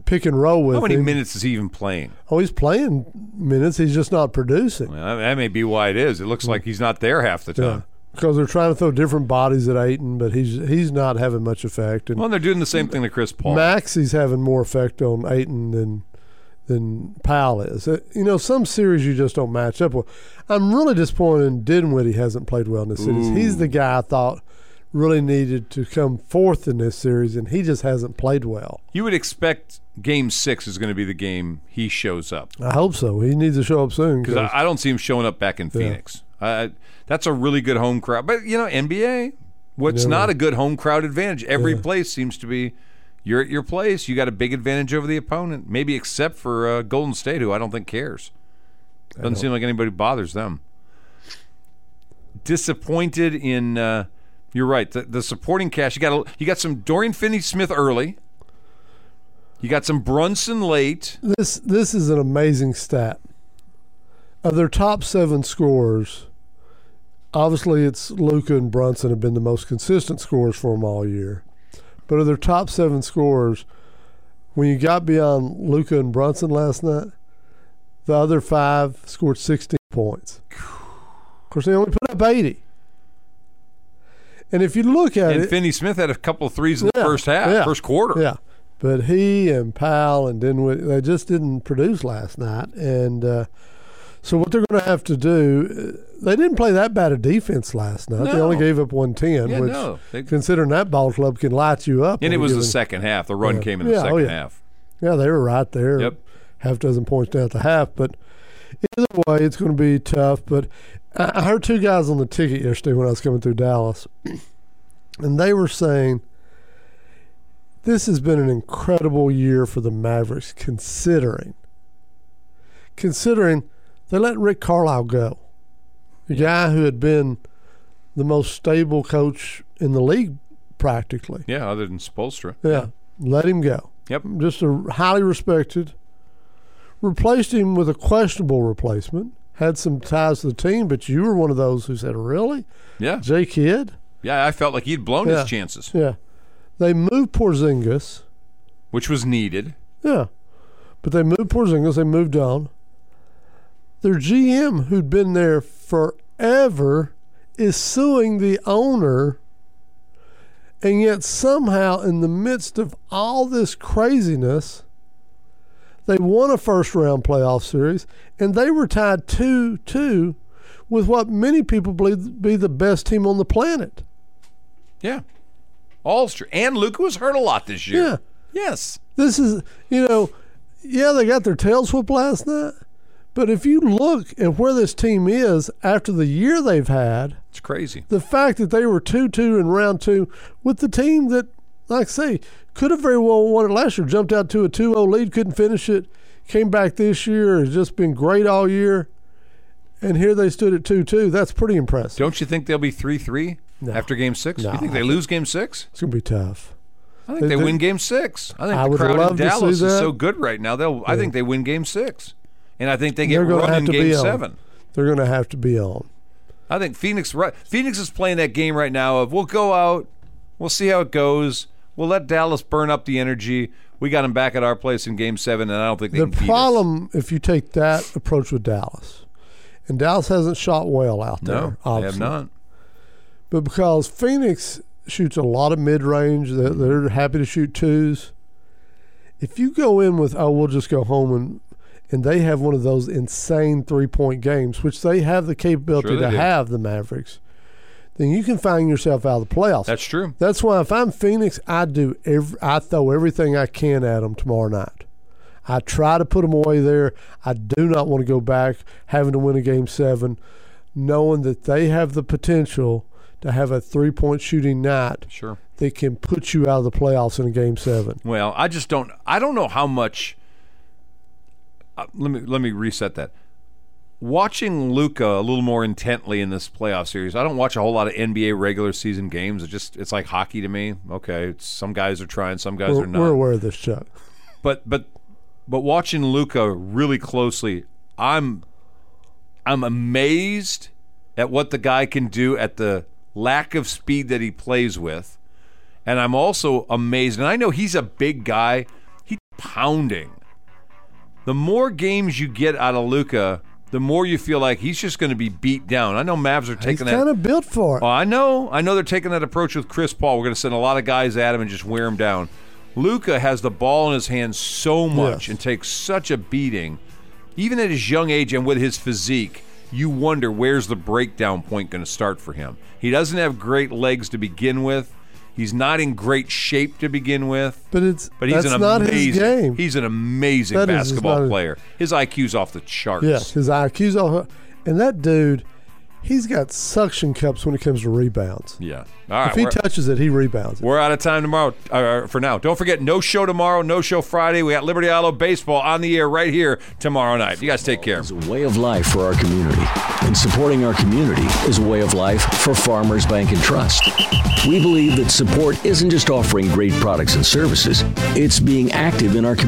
Speaker 3: pick and roll with
Speaker 2: How many
Speaker 3: him.
Speaker 2: minutes is he even playing?
Speaker 3: Oh, he's playing minutes. He's just not producing.
Speaker 2: Well, that- that may be why it is. It looks like he's not there half the time.
Speaker 3: Because they're trying to throw different bodies at Aiton, but he's he's not having much effect. And
Speaker 2: Well, they're doing the same thing to Chris Paul.
Speaker 3: Maxi's having more effect on Aiton than than Powell is. Uh, You know, some series you just don't match up with. I'm really disappointed in Dinwiddie hasn't played well in this series. He's the guy I thought really needed to come fourth in this series, and he just hasn't played well.
Speaker 2: You would expect game six is going to be the game he shows up.
Speaker 3: I hope so. He needs to show up soon.
Speaker 2: Because I, I don't see him showing up back in Phoenix. I, that's a really good home crowd. But, you know, NBA, what's
Speaker 3: Yeah.
Speaker 2: not a good home crowd advantage? Every place seems to be you're at your place. You got a big advantage over the opponent, maybe except for uh, Golden State, who I don't think cares. Doesn't seem like anybody bothers them. Disappointed in. Uh, you're right. The, the supporting cast. You got a, you got some Dorian Finney-Smith early. You got some Brunson late.
Speaker 3: This this is an amazing stat. Of their top seven scorers, obviously it's Luca and Brunson have been the most consistent scorers for them all year. But of their top seven scorers, when you got beyond Luca and Brunson last night, the other five scored 16 points. Of course, they only put up 80. And if you look at
Speaker 2: And
Speaker 3: it,
Speaker 2: Finney Smith had a couple of threes in the
Speaker 3: Yeah,
Speaker 2: first half,
Speaker 3: yeah,
Speaker 2: first quarter.
Speaker 3: Yeah, but he and Powell and Dinwiddie they just didn't produce last night, and uh, so what they're going to have to do, uh, they didn't play that bad a defense last night. They
Speaker 2: No.
Speaker 3: only gave up one ten,
Speaker 2: Yeah,
Speaker 3: which
Speaker 2: no, they-
Speaker 3: considering that ball club can light you up.
Speaker 2: And
Speaker 3: on
Speaker 2: it
Speaker 3: a
Speaker 2: was the
Speaker 3: given-
Speaker 2: second half. The run
Speaker 3: Yeah.
Speaker 2: came in the
Speaker 3: Yeah, oh,
Speaker 2: second
Speaker 3: yeah.
Speaker 2: half.
Speaker 3: Yeah, they were right there.
Speaker 2: Yep.
Speaker 3: half dozen points down at the half, but either way, it's going to be tough. But I I heard two guys on the ticket yesterday when I was coming through Dallas, and they were saying this has been an incredible year for the Mavericks, considering considering they let Rick Carlisle go, a guy who had been the most stable coach in the league practically.
Speaker 2: Yeah, other than Spolstra.
Speaker 3: Yeah, let him go.
Speaker 2: Yep.
Speaker 3: Just a highly respected. Replaced him with a questionable replacement. Had some ties to the team, but you were one of those who said, "Really,
Speaker 2: Yeah.
Speaker 3: Jay Kidd?"
Speaker 2: Yeah, I felt like he'd blown
Speaker 3: Yeah.
Speaker 2: his chances,
Speaker 3: Yeah. They moved Porzingis.
Speaker 2: which was needed.
Speaker 3: Yeah, but they moved Porzingis. They moved on. Their GM, who'd been there forever, is suing the owner. And yet, somehow, in the midst of all this craziness, they won a first round playoff series and they were tied 2 2 with what many people believe to be the best team on the planet.
Speaker 2: Yeah. Alster. And Luca was hurt a lot this year.
Speaker 3: Yeah.
Speaker 2: Yes.
Speaker 3: This is, you know, yeah, they got their tails whipped last night, but if you look at where this team is after the year they've had,
Speaker 2: It's crazy.
Speaker 3: the fact that they were 2 2 in round two with the team that, like I say, could have very well won it last year, jumped out to a 2 0 lead, couldn't finish it, came back this year, has just been great all year. And here they stood at 2 2. That's pretty impressive.
Speaker 2: Don't you think they'll be 3 3 after game six? You think they lose game six?
Speaker 3: It's going to be tough.
Speaker 2: I think they, win game six. I think
Speaker 3: I
Speaker 2: the
Speaker 3: would
Speaker 2: crowd in
Speaker 3: love to see
Speaker 2: Dallas is
Speaker 3: that.
Speaker 2: so good right now. They'll, I think they win game six. And I think they get
Speaker 3: They're going to
Speaker 2: run
Speaker 3: have
Speaker 2: in
Speaker 3: to
Speaker 2: game
Speaker 3: be on.
Speaker 2: seven.
Speaker 3: They're going to have to be on.
Speaker 2: I think Phoenix right, Phoenix is playing that game right now of we'll go out, we'll see how it goes. We'll let Dallas burn up the energy. We got them back at our place in game seven, and I don't think they
Speaker 3: The
Speaker 2: can beat us.
Speaker 3: problem, if you take that approach with Dallas, and Dallas hasn't shot well out there.
Speaker 2: No, they have
Speaker 3: obviously.
Speaker 2: not.
Speaker 3: But because Phoenix shoots a lot of mid range, they're, they're happy to shoot twos. If you go in with, oh, we'll just go home and and they have one of those insane three point games, which they have the capability
Speaker 2: Sure they
Speaker 3: to
Speaker 2: do.
Speaker 3: have, the Mavericks, then you can find yourself out of the playoffs.
Speaker 2: That's true.
Speaker 3: That's why if I'm Phoenix, I do every, I throw everything I can at them tomorrow night. I try to put them away there. I do not want to go back having to win a game seven, knowing that they have the potential to have a three point shooting night.
Speaker 2: Sure.
Speaker 3: That can put you out of the playoffs in a game seven.
Speaker 2: Well, I just don't. I don't know how much. Uh, let me let me reset that. Watching Luca a little more intently in this playoff series. I don't watch a whole lot of NBA regular season games. It just it's like hockey to me. Okay, it's, some guys are trying, some guys
Speaker 3: We're,
Speaker 2: are not.
Speaker 3: we're aware of this, Chuck.
Speaker 2: But but but watching Luca really closely, I'm I'm amazed at what the guy can do at the lack of speed that he plays with. And I'm also amazed, and I know he's a big guy. He's pounding. The more games you get out of Luca, the more you feel like he's just going to be beat down. I know Mavs are
Speaker 3: He's
Speaker 2: taking that.
Speaker 3: kind of built for it.
Speaker 2: Oh, I know. I know they're taking that approach with Chris Paul. We're going to send a lot of guys at him and just wear him down. Luca has the ball in his hand so much and takes such a beating, even at his young age and with his physique. You wonder where's the breakdown point going to start for him. He doesn't have great legs to begin with. He's not in great shape to begin with.
Speaker 3: But it's
Speaker 2: But he's
Speaker 3: that's
Speaker 2: an
Speaker 3: not
Speaker 2: amazing.
Speaker 3: his game.
Speaker 2: He's an amazing
Speaker 3: That is- it's
Speaker 2: basketball
Speaker 3: not his-
Speaker 2: player. His IQ's off the charts.
Speaker 3: Yes, his IQ's all. And that dude, he's got suction cups when it comes to rebounds.
Speaker 2: Yeah. All right.
Speaker 3: if he
Speaker 2: we're-
Speaker 3: touches it, he rebounds.
Speaker 2: We're out of time tomorrow uh, for now. Don't forget, no show tomorrow, no show Friday. We got Liberty Isle baseball on the air right here tomorrow night. You guys take care.
Speaker 16: is a way of life for our community. And supporting our community is a way of life for Farmers Bank and Trust. We believe that support isn't just offering great products and services, it's being active in our community.